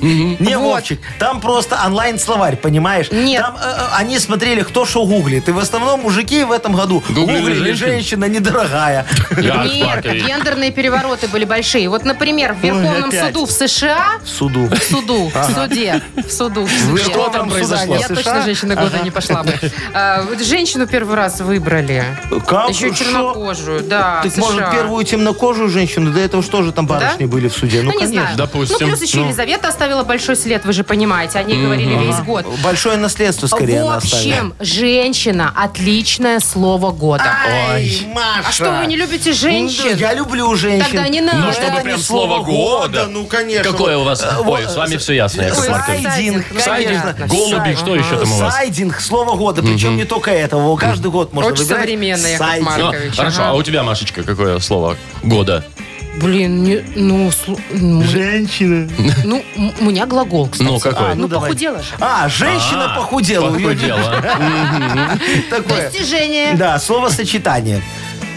Speaker 3: Не,
Speaker 2: вот.
Speaker 3: Вовчик, там просто онлайн-словарь, понимаешь?
Speaker 2: Нет.
Speaker 3: Там э, э, они смотрели, кто что гуглит. И в основном мужики в этом году
Speaker 4: Гуглили
Speaker 3: гуглили,
Speaker 4: женщин.
Speaker 3: женщина недорогая.
Speaker 4: Яков
Speaker 2: Нет,
Speaker 4: Маркович.
Speaker 2: гендерные перевороты были большие. Вот, например, в Верховном
Speaker 3: опять.
Speaker 2: суду в США,
Speaker 3: Суду.
Speaker 2: в суду, в суде, в суду, в суде.
Speaker 4: что там произошло?
Speaker 2: Я точно женщина года не пошла бы. А, вот женщину первый раз выбрали.
Speaker 3: Как?
Speaker 2: Еще и
Speaker 3: Шо?
Speaker 2: чернокожую, да.
Speaker 3: Так
Speaker 2: США.
Speaker 3: может первую темнокожую женщину? До этого что же там барышни были в суде?
Speaker 2: Ну,
Speaker 3: Ну,
Speaker 2: не знаю.
Speaker 3: конечно.
Speaker 4: Допустим.
Speaker 2: Ну, плюс еще
Speaker 4: Ну.
Speaker 2: Елизавета оставила большой след, вы же понимаете. О ней говорили весь год.
Speaker 3: Большое наследство скорее
Speaker 2: в
Speaker 3: она оставила.
Speaker 2: общем, женщина отличное слово года.
Speaker 3: Ай, Маша.
Speaker 2: А что вы не любите женщин?
Speaker 3: Ну, Я люблю женщин.
Speaker 2: Тогда не надо.
Speaker 4: Ну, чтобы
Speaker 3: Это
Speaker 4: прям
Speaker 3: не
Speaker 4: слово
Speaker 3: слово
Speaker 4: года.
Speaker 3: года, ну, конечно.
Speaker 4: Какое у вас?
Speaker 3: Э,
Speaker 4: Ой,
Speaker 3: вот, Э,
Speaker 4: с вами все ясно, Яков
Speaker 2: Ой,
Speaker 4: Маркович.
Speaker 3: Сайдинг,
Speaker 2: сайдинг,
Speaker 3: конечно.
Speaker 2: сайдинг,
Speaker 4: голуби, что еще там у вас?
Speaker 3: Сайдинг, слово года, причем не только этого. Каждый год можно
Speaker 2: Очень
Speaker 3: выбирать.
Speaker 2: современно, Яков
Speaker 3: Сайдинг.
Speaker 4: Ну,
Speaker 2: Маркович,
Speaker 4: хорошо,
Speaker 2: ага.
Speaker 4: а у тебя, Машечка, какое слово года?
Speaker 2: Блин, не- ну, слу- ну,
Speaker 3: Женщина.
Speaker 2: ну, м- у меня глагол, кстати.
Speaker 4: Ну, какой?
Speaker 2: А, ну,
Speaker 3: Ну, давай.
Speaker 2: похудела же.
Speaker 3: А, женщина
Speaker 4: А,
Speaker 3: похудела.
Speaker 4: Похудела.
Speaker 3: Такое.
Speaker 2: Достижение.
Speaker 3: Да, словосочетание.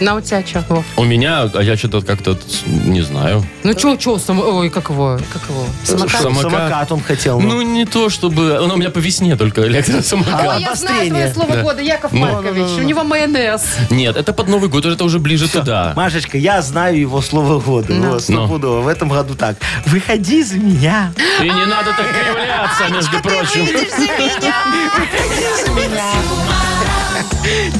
Speaker 2: На у тебя что, Вов?
Speaker 4: У меня, а я что-то как-то не знаю.
Speaker 2: Ну, что, что, ой, как его, как его? Самокат?
Speaker 4: Самокат.
Speaker 3: Самокат он хотел. ну.
Speaker 4: Ну, не то чтобы... Оно у меня по весне только электросамокат.
Speaker 2: Ой, А, я знаю твое
Speaker 3: обострение.
Speaker 2: слово года, Яков Маркович. У него майонез.
Speaker 4: Нет, это под Новый год, это уже ближе туда.
Speaker 3: Машечка, я знаю его слово года.
Speaker 2: Ну.
Speaker 3: Вот, стопудово. В этом году так. Выходи за меня.
Speaker 4: И не надо так
Speaker 2: А,
Speaker 4: кривляться, между прочим.
Speaker 2: Выйдешь за меня.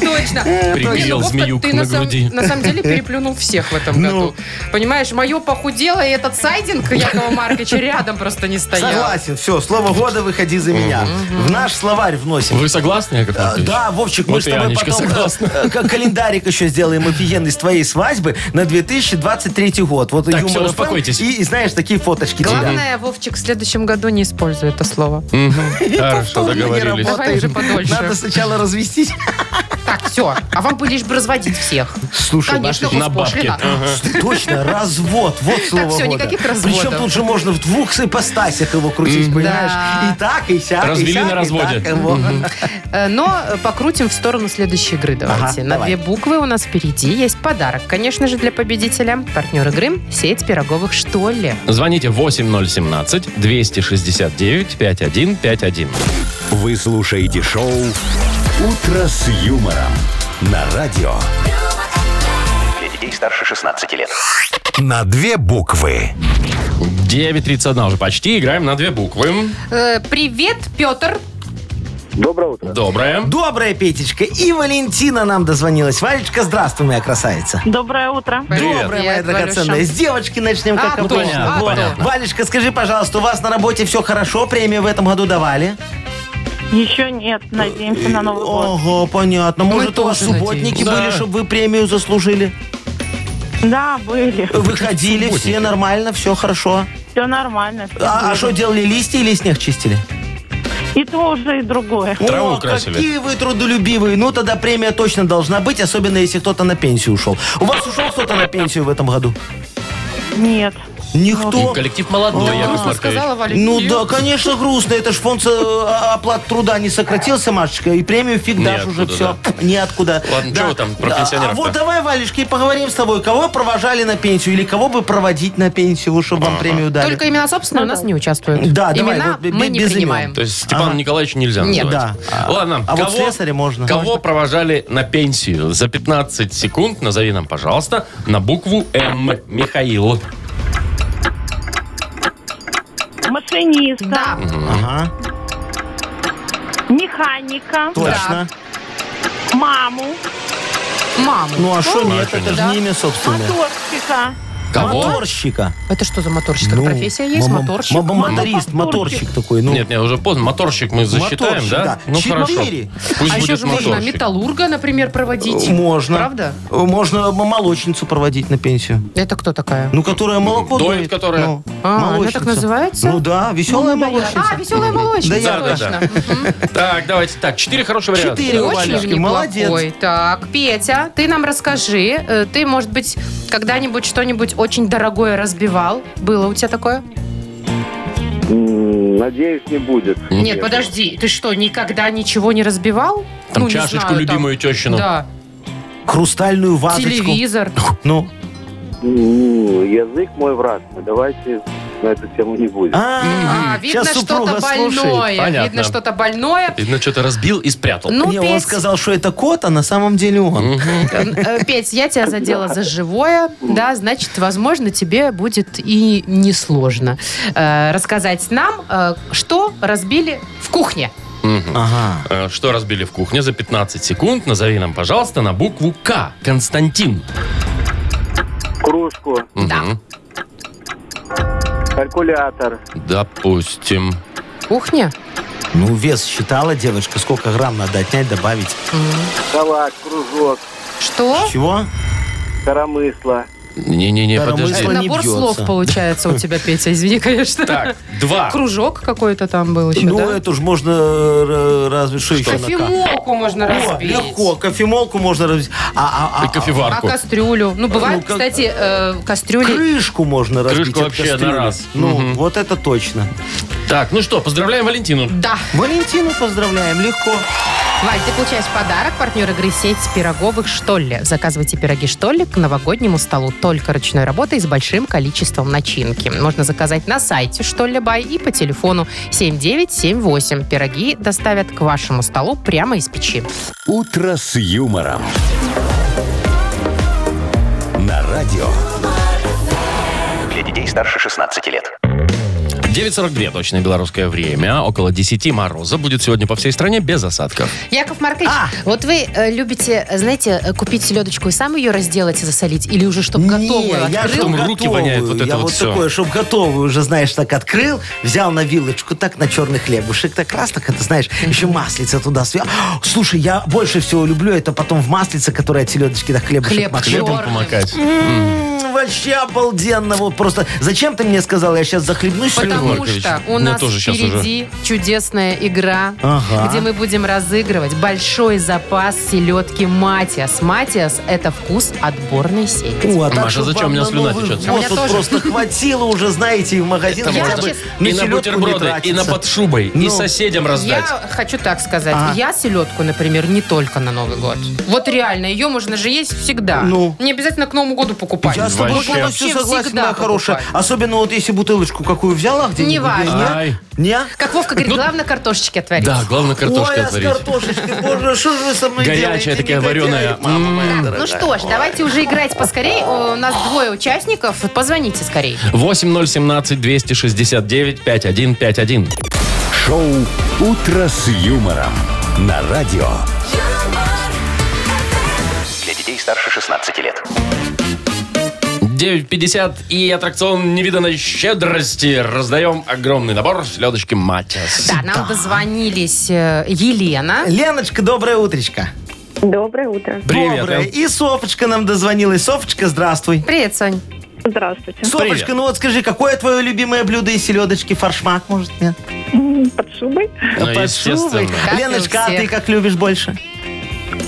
Speaker 2: Точно.
Speaker 4: Прибил
Speaker 2: Вовка,
Speaker 4: змеюк
Speaker 2: ты
Speaker 4: на
Speaker 2: на сам-
Speaker 4: груди.
Speaker 2: На самом деле переплюнул всех в этом году. Понимаешь, мое похудело, и этот сайдинг Якова Марковича рядом просто не стоял.
Speaker 3: Согласен, все, слово года выходи за меня. В наш словарь вносим.
Speaker 4: Вы согласны, Яков
Speaker 3: А,
Speaker 4: Маркович?
Speaker 3: Да, Вовчик, мы
Speaker 4: Вот
Speaker 3: с
Speaker 4: и
Speaker 3: тобой
Speaker 4: Анечка
Speaker 3: потом
Speaker 4: согласна.
Speaker 3: э, к- календарик еще сделаем офигенный с твоей свадьбы на 2023 год. Вот и
Speaker 4: Так,
Speaker 3: Юмор
Speaker 4: всё,
Speaker 3: FM,
Speaker 4: успокойтесь.
Speaker 3: И, и знаешь, такие фоточки тебе.
Speaker 2: Главное, Вовчик, в следующем году не используй это слово.
Speaker 4: Хорошо,
Speaker 3: Повторно не
Speaker 4: договорились.
Speaker 3: работаем.
Speaker 2: Давай уже подольше.
Speaker 3: Надо сначала развестись.
Speaker 2: Так, все. А вам бы лишь бы разводить всех.
Speaker 3: Слушай,
Speaker 2: Конечно,
Speaker 4: на
Speaker 2: пошлина.
Speaker 4: бабки.
Speaker 3: Точно, развод. Вот слово
Speaker 2: всё,
Speaker 3: года.
Speaker 2: никаких разводов.
Speaker 3: Причем тут же можно в двух ипостасях его крутить, понимаешь?
Speaker 2: Да.
Speaker 3: И так, и сяк,
Speaker 4: Развели
Speaker 3: и сяк,
Speaker 4: на
Speaker 3: и
Speaker 4: разводе.
Speaker 3: так, вот.
Speaker 2: Э, Но э, покрутим в сторону следующей игры. Давайте.
Speaker 3: Ага,
Speaker 2: На
Speaker 3: давай.
Speaker 2: две буквы у нас впереди есть подарок, конечно же, для победителя. Партнер игры сеть пироговых что ли.
Speaker 4: Звоните 8017-269-5151.
Speaker 1: Вы слушаете шоу «Утро с юмором» на радио.
Speaker 6: Для детей старше 16 лет.
Speaker 1: На две буквы.
Speaker 4: 9.31 уже почти. Играем на две буквы.
Speaker 2: Э, Привет, Петр.
Speaker 5: Доброе утро.
Speaker 4: Доброе.
Speaker 3: Добрая Петечка. И Валентина нам дозвонилась. Валечка, здравствуй, моя красавица.
Speaker 7: Доброе утро.
Speaker 4: Привет.
Speaker 3: Добрая, моя
Speaker 2: Привет,
Speaker 3: драгоценная.
Speaker 2: Валюша.
Speaker 3: С девочки начнем,
Speaker 2: А,
Speaker 3: как обычно.
Speaker 2: точно,
Speaker 4: понятно,
Speaker 3: Вот.
Speaker 4: понятно.
Speaker 3: Валечка, скажи, пожалуйста, у вас на работе все хорошо? Премию в этом году давали?
Speaker 7: Еще нет, надеемся на Новый год.
Speaker 3: Ого, понятно. Может, у вас
Speaker 2: тоже
Speaker 3: субботники
Speaker 4: надеемся.
Speaker 3: были,
Speaker 4: Да.
Speaker 3: чтобы вы премию заслужили?
Speaker 7: Да, были.
Speaker 3: Выходили, все нормально, все хорошо.
Speaker 7: Все нормально. всё
Speaker 3: А
Speaker 7: было.
Speaker 3: а что делали, листья или снег чистили?
Speaker 7: И то уже, и другое.
Speaker 4: Траву
Speaker 3: О,
Speaker 4: красили.
Speaker 3: какие вы трудолюбивые. Ну, тогда премия точно должна быть, особенно если кто-то на пенсию ушел. У вас ушел кто-то на пенсию в этом году?
Speaker 7: Нет.
Speaker 3: Никто.
Speaker 4: Коллектив молодой, Яков
Speaker 2: Грустно
Speaker 4: Маркович.
Speaker 2: Ну, сказала Валентина.
Speaker 3: Ну да, конечно, грустно. Это ж фонд э, оплат труда не сократился, Машечка, и премию фиг дашь уже
Speaker 4: Неоткуда,
Speaker 3: все. Ниоткуда.
Speaker 4: Ладно,
Speaker 3: Да.
Speaker 4: чего вы там про
Speaker 3: Да,
Speaker 4: пенсионеров-то?
Speaker 3: А вот давай, Валечки, и поговорим с тобой, кого провожали на пенсию или кого бы проводить на пенсию, чтобы вам премию дали.
Speaker 2: Только имена, собственно, у нас не участвуют.
Speaker 3: Да, давай,
Speaker 2: Имена
Speaker 3: вот бе-
Speaker 2: мы не
Speaker 3: без имен.
Speaker 2: принимаем.
Speaker 4: То есть Степана Николаевича нельзя
Speaker 2: Нет.
Speaker 4: называть.
Speaker 3: А. Да. А-
Speaker 4: Ладно.
Speaker 3: а вот слесаря можно.
Speaker 4: Кого
Speaker 3: Можно.
Speaker 4: провожали на пенсию? За 15 секунд назови нам, пожалуйста, на букву М. Михаил.
Speaker 7: Машиниста.
Speaker 2: Да,
Speaker 3: Ага,
Speaker 7: Механика.
Speaker 3: точно.
Speaker 7: Маму.
Speaker 2: маму.
Speaker 3: Ну а что
Speaker 4: Ну, а
Speaker 3: нет,
Speaker 4: шо
Speaker 3: это
Speaker 4: нет?
Speaker 3: же не имя собственное.
Speaker 7: Моторщика.
Speaker 4: Кого?
Speaker 3: Моторщика.
Speaker 2: Это что за моторщик? Это
Speaker 3: Ну,
Speaker 2: профессия есть?
Speaker 3: мама-
Speaker 2: Моторщик?
Speaker 3: мама- Моторист, моторщик такой. ну.
Speaker 4: Нет, нет, уже поздно. Моторщик мы засчитаем,
Speaker 3: Моторщик,
Speaker 4: да?
Speaker 3: да.
Speaker 4: Ну хорошо.
Speaker 3: Четыре.
Speaker 4: Пусть
Speaker 2: А еще
Speaker 4: будет
Speaker 2: же можно
Speaker 4: моторщик.
Speaker 2: металлурга, например, проводить.
Speaker 3: Можно.
Speaker 2: Правда?
Speaker 3: Можно м- молочницу проводить на пенсию.
Speaker 2: Это кто такая?
Speaker 3: Ну, которая молоко
Speaker 4: Доит,
Speaker 3: дует.
Speaker 4: которая.
Speaker 3: Ну,
Speaker 2: А, она
Speaker 3: молочница.
Speaker 2: так называется?
Speaker 3: Ну да, веселая молочница.
Speaker 2: А, веселая молочница,
Speaker 3: Да я-
Speaker 2: точно. Мгм.
Speaker 4: Так, давайте так. Четыре хороших варианта.
Speaker 3: Четыре.
Speaker 4: Давай.
Speaker 3: у
Speaker 2: Очень
Speaker 3: Валечки,
Speaker 2: неплохой.
Speaker 3: молодец.
Speaker 2: Так, Петя, ты нам расскажи. э, Ты, может быть, когда-нибудь что-нибудь очень дорогое разбивал? Было у тебя такое?
Speaker 5: М, Надеюсь, не будет.
Speaker 2: Нет, подожди. Ты что, никогда ничего не разбивал?
Speaker 4: Там
Speaker 2: Ну, не
Speaker 4: чашечку
Speaker 2: знаю, там-
Speaker 4: любимую тещину.
Speaker 2: Да.
Speaker 3: Хрустальную вазочку.
Speaker 2: Телевизор.
Speaker 3: Ну.
Speaker 5: М, Язык мой враг. Давайте на эту тему не будем.
Speaker 2: А,
Speaker 3: А,
Speaker 2: видно
Speaker 3: сейчас супруга
Speaker 2: что-то
Speaker 3: слушает.
Speaker 2: больное.
Speaker 4: Понятно.
Speaker 2: Видно что-то больное.
Speaker 4: Видно, что-то разбил и спрятал.
Speaker 2: Ну,
Speaker 3: Не, он
Speaker 2: Петь,
Speaker 3: сказал, что это кот, а на самом деле он.
Speaker 2: э, Петь, я тебя задела за живое, да, значит, возможно, тебе будет и несложно э, рассказать нам, э, что разбили в кухне.
Speaker 3: Ага.
Speaker 4: Э, Что разбили в кухне за 15 секунд? Назови нам, пожалуйста, на букву К. Константин.
Speaker 5: Кружку,
Speaker 4: Да.
Speaker 5: калькулятор.
Speaker 4: Допустим.
Speaker 2: Кухня?
Speaker 3: Ну, вес считала девочка, сколько грамм надо отнять, добавить.
Speaker 5: Салат, кружок,
Speaker 2: Что?
Speaker 3: Чего?
Speaker 5: коромысло.
Speaker 4: Не-не-не,
Speaker 3: Коромысло.
Speaker 4: подожди.
Speaker 3: не
Speaker 2: Набор
Speaker 3: бьется.
Speaker 2: слов получается у тебя, Петя, извини, конечно.
Speaker 4: Так, два.
Speaker 2: Кружок какой-то там был еще,
Speaker 3: ну,
Speaker 2: да?
Speaker 3: это уж можно э, разве что еще на К.
Speaker 2: Кофемолку можно
Speaker 3: О,
Speaker 2: разбить.
Speaker 3: легко, кофемолку можно разбить. А, а, а,
Speaker 4: И
Speaker 2: А
Speaker 4: кофеварку.
Speaker 2: кастрюлю? Ну, бывают,
Speaker 3: Ну, как-
Speaker 2: кстати, э, кастрюли...
Speaker 3: Крышку можно разбить.
Speaker 4: Крышку
Speaker 3: от
Speaker 4: вообще
Speaker 3: кастрюли.
Speaker 4: на раз.
Speaker 3: Ну,
Speaker 4: Мгм.
Speaker 3: вот это точно.
Speaker 4: Так, ну что, поздравляем Валентину.
Speaker 2: Да.
Speaker 3: Валентину поздравляем, легко.
Speaker 2: Валь, ты получаешь в подарок партнер игры «Сеть пироговых что ли». Заказывайте пироги что ли к новогоднему столу только ручной работой с большим количеством начинки. Можно заказать на сайте что ли бай и по телефону 7978. Пироги доставят к вашему столу прямо из печи.
Speaker 1: «Утро с юмором». На радио.
Speaker 6: Для детей старше 16 лет.
Speaker 4: 9.42 точное белорусское время. Около 10 мороза будет сегодня по всей стране без осадков.
Speaker 2: Яков Маркович,
Speaker 3: А!
Speaker 2: вот вы э, любите, э, знаете, э, купить селедочку и сам ее разделать и засолить? Или уже чтобы готовую
Speaker 3: Не, я
Speaker 2: открыл?
Speaker 4: Потом
Speaker 3: чтоб
Speaker 4: руки воняют, вот это
Speaker 3: я
Speaker 4: вот
Speaker 3: вот
Speaker 4: всё.
Speaker 3: такое, чтобы готовую уже, знаешь, так открыл, взял на вилочку, так на черный хлебушек, так раз, так это, знаешь, еще маслица туда свел. Слушай, я больше всего люблю это потом в маслице, которое от селедочки так хлебушек
Speaker 2: Хлеб
Speaker 3: мак-
Speaker 4: Хлебом
Speaker 2: Чёрт.
Speaker 4: помакать.
Speaker 3: М, Вообще обалденно. Вот просто зачем ты мне сказал, я сейчас захлебнусь. что ли?
Speaker 4: Яков
Speaker 2: Потому
Speaker 4: Маркович,
Speaker 2: что у
Speaker 4: мне
Speaker 2: нас
Speaker 4: тоже щас
Speaker 2: впереди чудесная игра,
Speaker 3: Ага.
Speaker 2: где мы будем разыгрывать большой запас селедки Матиас. Матиас – это вкус отборной сети.
Speaker 3: О, а так,
Speaker 4: Маша,
Speaker 3: чтоб
Speaker 4: зачем
Speaker 3: вам
Speaker 4: у меня
Speaker 3: на
Speaker 4: слюна
Speaker 3: Новый
Speaker 4: течет?
Speaker 3: год
Speaker 2: У меня
Speaker 3: вот
Speaker 2: тоже.
Speaker 3: просто хватило уже, знаете, и в магазин
Speaker 2: Это
Speaker 3: хотя
Speaker 2: можно.
Speaker 3: бы
Speaker 2: И
Speaker 3: на
Speaker 4: И на
Speaker 3: селедку не
Speaker 4: бутерброды, и на
Speaker 3: тратиться.
Speaker 4: под шубой, и
Speaker 3: Ну.
Speaker 4: соседям раздать.
Speaker 2: Я хочу так сказать.
Speaker 3: А.
Speaker 2: Я селедку, например, не только на Новый год. Вот реально, ее можно же есть всегда.
Speaker 3: Ну.
Speaker 2: Не обязательно к Новому году покупать.
Speaker 3: А Я с тобой
Speaker 4: Вообще.
Speaker 3: полностью
Speaker 2: Вообще
Speaker 3: согласен,
Speaker 2: всегда
Speaker 3: моя хорошая.
Speaker 2: покупаю.
Speaker 3: Особенно вот если бутылочку какую взяла где-нибудь.
Speaker 2: Неважно.
Speaker 3: где-
Speaker 4: Ай.
Speaker 3: Не?
Speaker 2: Как Вовка
Speaker 3: Ну,
Speaker 2: говорит, главное картошечки отварить.
Speaker 4: Да, главное картошки
Speaker 3: Ой,
Speaker 4: отварить.
Speaker 3: а с картошечкой, боже, что же вы со мной
Speaker 4: Горячая
Speaker 3: делаете,
Speaker 4: такая,
Speaker 3: негодяи?
Speaker 4: вареная.
Speaker 3: Мама моя
Speaker 4: М.
Speaker 3: дорогая.
Speaker 2: Ну что ж, давайте уже играть поскорей. У нас двое участников. Позвоните скорее.
Speaker 4: 8017 269 5151.
Speaker 1: Шоу «Утро с юмором» на радио.
Speaker 6: Для детей старше 16 лет.
Speaker 4: 9.50 и аттракцион невиданной щедрости. Раздаем огромный набор селедочки Матиас.
Speaker 2: Да, нам дозвонились э, Елена.
Speaker 3: Леночка, доброе утречко.
Speaker 7: Доброе утро.
Speaker 4: Привет.
Speaker 3: Доброе.
Speaker 4: Эл.
Speaker 3: И Софочка нам дозвонилась. Софочка, здравствуй.
Speaker 2: Привет, Сонь.
Speaker 7: Здравствуйте.
Speaker 3: Софочка,
Speaker 4: Привет.
Speaker 3: ну вот скажи, какое твое любимое блюдо из селедочки? Фаршмак, может, нет?
Speaker 7: Под шубой.
Speaker 4: Ну,
Speaker 3: Под шубой.
Speaker 4: естественно.
Speaker 2: Как и у
Speaker 3: Леночка, а
Speaker 2: всех.
Speaker 3: ты как любишь больше?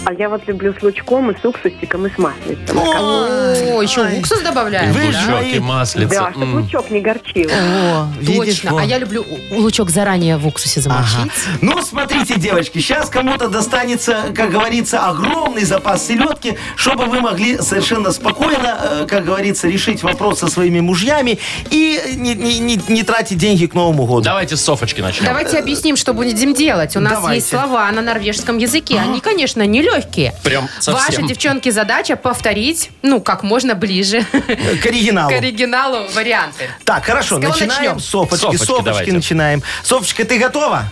Speaker 7: А я вот люблю с лучком и с уксусиком и с маслицем.
Speaker 2: О, еще
Speaker 3: Ай.
Speaker 2: уксус добавляем.
Speaker 3: Вы
Speaker 2: да?
Speaker 3: же-
Speaker 4: Лучок и маслица.
Speaker 7: Да, чтобы
Speaker 4: М.
Speaker 7: лучок не горчил.
Speaker 3: О, видишь,
Speaker 2: Точно.
Speaker 3: вот.
Speaker 2: А я люблю у- лучок заранее в уксусе
Speaker 3: Ага.
Speaker 2: замочить.
Speaker 3: Ну, смотрите, девочки, сейчас кому-то достанется, как говорится, огромный запас селедки, чтобы вы могли совершенно спокойно, э, как говорится, решить вопрос со своими мужьями и не, не- не- не тратить деньги к Новому году.
Speaker 4: Давайте с Софочки начнем.
Speaker 2: Давайте объясним, что будем делать. У нас
Speaker 3: Давайте.
Speaker 2: есть слова на норвежском языке. Они, конечно, нелегкие.
Speaker 4: Прям совсем.
Speaker 2: Ваша, девчонки, задача повторить, ну, как можно ближе
Speaker 3: Э, К
Speaker 2: к
Speaker 3: оригиналу.
Speaker 2: оригиналу варианты.
Speaker 3: Так, хорошо,
Speaker 2: С кого
Speaker 3: начинаем
Speaker 2: начнем?
Speaker 3: с Софочки.
Speaker 4: Софочки,
Speaker 3: Софочки,
Speaker 4: давайте.
Speaker 3: начинаем. Софочка, ты готова?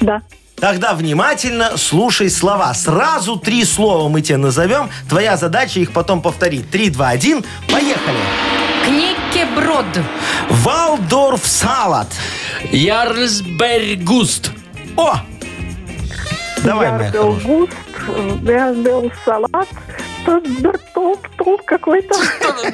Speaker 7: Да.
Speaker 3: Тогда внимательно слушай слова. Сразу три слова мы тебе назовем. Твоя задача их потом повторить. Три, два, один. Поехали.
Speaker 2: Кнекеброд.
Speaker 3: Валдорф салат.
Speaker 4: Ярлсбергуст.
Speaker 3: О! Давай, моя
Speaker 7: Ярбел
Speaker 3: хорошая.
Speaker 7: густ, ярбел салат, тут бертоп, топ какой-то.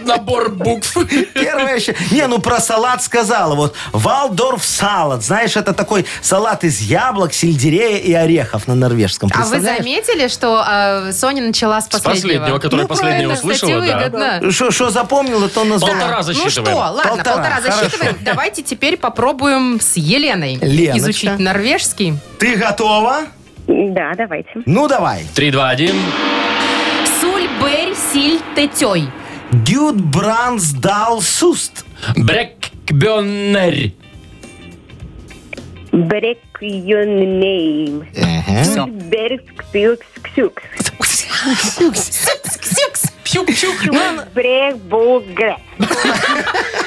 Speaker 4: Набор букв.
Speaker 3: Первое еще. Не, ну про салат сказала. Вот Валдорф салат. Знаешь, это такой салат из яблок, сельдерея и орехов на норвежском.
Speaker 2: А вы
Speaker 3: Представляешь?
Speaker 2: заметили, что э, Соня начала с
Speaker 4: С
Speaker 2: последнего?
Speaker 4: последнего, который
Speaker 2: Ну,
Speaker 4: последнее
Speaker 2: правильно,
Speaker 4: услышала,
Speaker 2: кстати,
Speaker 4: да.
Speaker 2: выгодно.
Speaker 3: Что что запомнила, то
Speaker 4: Полтора
Speaker 3: назвала.
Speaker 2: Ну что,
Speaker 4: засчитываем.
Speaker 2: ладно, полтора,
Speaker 3: Полтора,
Speaker 2: засчитываем.
Speaker 3: хорошо.
Speaker 2: Давайте теперь попробуем с Еленой
Speaker 3: Леночка.
Speaker 2: изучить норвежский.
Speaker 3: Ты готова?
Speaker 7: Да, давайте.
Speaker 3: Ну, давай.
Speaker 4: Три, два, один.
Speaker 2: Сульбер силь тетей.
Speaker 3: Гюдбрансдал суст.
Speaker 4: Брекбённер.
Speaker 7: Брек юнейм.
Speaker 2: Всё.
Speaker 7: Берск, пилкс, ксюкс.
Speaker 2: Ксюкс. Пщук-пщук.
Speaker 7: Брек, бугре.
Speaker 2: Ну,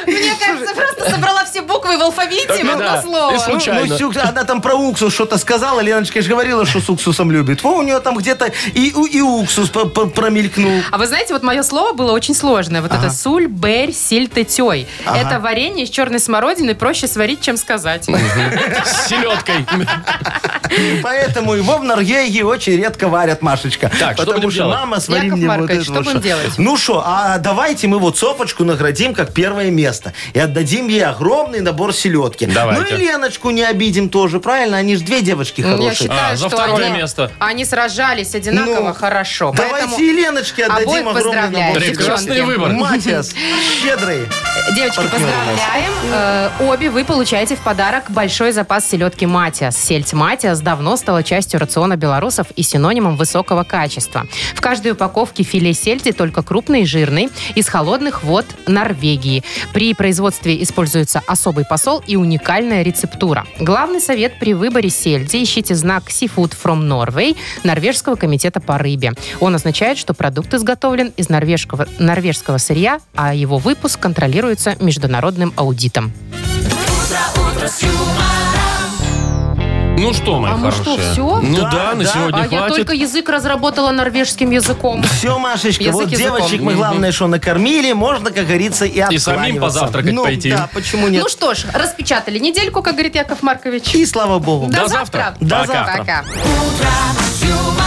Speaker 2: Мне кажется, просто собрала все буквы в алфавите
Speaker 4: Так,
Speaker 2: в
Speaker 4: да.
Speaker 2: одно
Speaker 4: И
Speaker 2: слово.
Speaker 4: случайно.
Speaker 3: Ну, Сюкс, она там про уксус что-то сказала. Леночка же говорила, что с уксусом любит. Во, у нее там где-то и, у- и уксус по- по- промелькнул.
Speaker 2: А вы знаете, вот мое слово было очень сложное. Вот это суль, бэр, силь, тетей.
Speaker 3: Ага.
Speaker 2: Это варенье из черной смородины. Проще сварить, чем сказать.
Speaker 4: С селедкой.
Speaker 3: И поэтому его в Норвегии очень редко варят, Машечка.
Speaker 4: Так, что
Speaker 3: потому
Speaker 4: будем
Speaker 3: что
Speaker 4: делать?
Speaker 3: мама свари
Speaker 2: Яков
Speaker 3: мне вот
Speaker 2: Маркович,
Speaker 3: это
Speaker 2: что
Speaker 3: вот
Speaker 2: будем
Speaker 3: что.
Speaker 2: делать?
Speaker 3: Ну что, а давайте мы вот Софочку наградим как первое место. И отдадим ей огромный набор селедки.
Speaker 4: Давайте.
Speaker 3: Ну и Леночку не обидим тоже, правильно? Они же две девочки
Speaker 2: Ну, Я
Speaker 3: хорошие.
Speaker 2: считаю,
Speaker 4: А, за
Speaker 2: что
Speaker 4: второе
Speaker 2: они-
Speaker 4: место.
Speaker 2: они сражались одинаково
Speaker 3: Ну,
Speaker 2: хорошо.
Speaker 3: Давайте
Speaker 2: Поэтому
Speaker 3: и Леночке
Speaker 2: обоих
Speaker 3: отдадим огромный
Speaker 2: поздравляю,
Speaker 3: набор
Speaker 2: девчонки.
Speaker 3: селедки.
Speaker 4: Прекрасный выбор.
Speaker 3: Матиас, щедрый.
Speaker 2: Девочки,
Speaker 3: Партнеры
Speaker 2: поздравляем. Э, обе вы получаете в подарок большой запас селедки «Матиас». Сельдь «Матиас» давно стала частью рациона белорусов и синонимом высокого качества. В каждой упаковке филе сельди только крупный и жирный из холодных вод Норвегии. При производстве используется особый посол и уникальная рецептура. Главный совет при выборе сельди – ищите знак «Seafood from Norway» Норвежского комитета по рыбе. Он означает, что продукт изготовлен из норвежского, норвежского сырья, а его выпуск контролируется международным аудитом.
Speaker 9: Утро
Speaker 4: Ну что, мои
Speaker 2: А мы что,
Speaker 4: хорошие?
Speaker 2: всё?
Speaker 4: Ну да,
Speaker 3: Да,
Speaker 4: на
Speaker 3: да.
Speaker 4: сегодня
Speaker 2: А я
Speaker 4: хватит.
Speaker 2: только язык разработала норвежским языком.
Speaker 3: Все, Машечка,
Speaker 2: Язык
Speaker 3: вот
Speaker 2: языком.
Speaker 3: девочек мы, главное, что накормили, можно, как говорится, и
Speaker 4: И самим
Speaker 3: откланиваться.
Speaker 4: позавтракать
Speaker 3: ну,
Speaker 4: пойти.
Speaker 3: да, почему нет?
Speaker 2: Ну что ж, распечатали недельку, как говорит Яков Маркович.
Speaker 3: и слава богу.
Speaker 4: До завтра.
Speaker 3: До
Speaker 4: Пока.
Speaker 2: Пока.
Speaker 9: Юмор.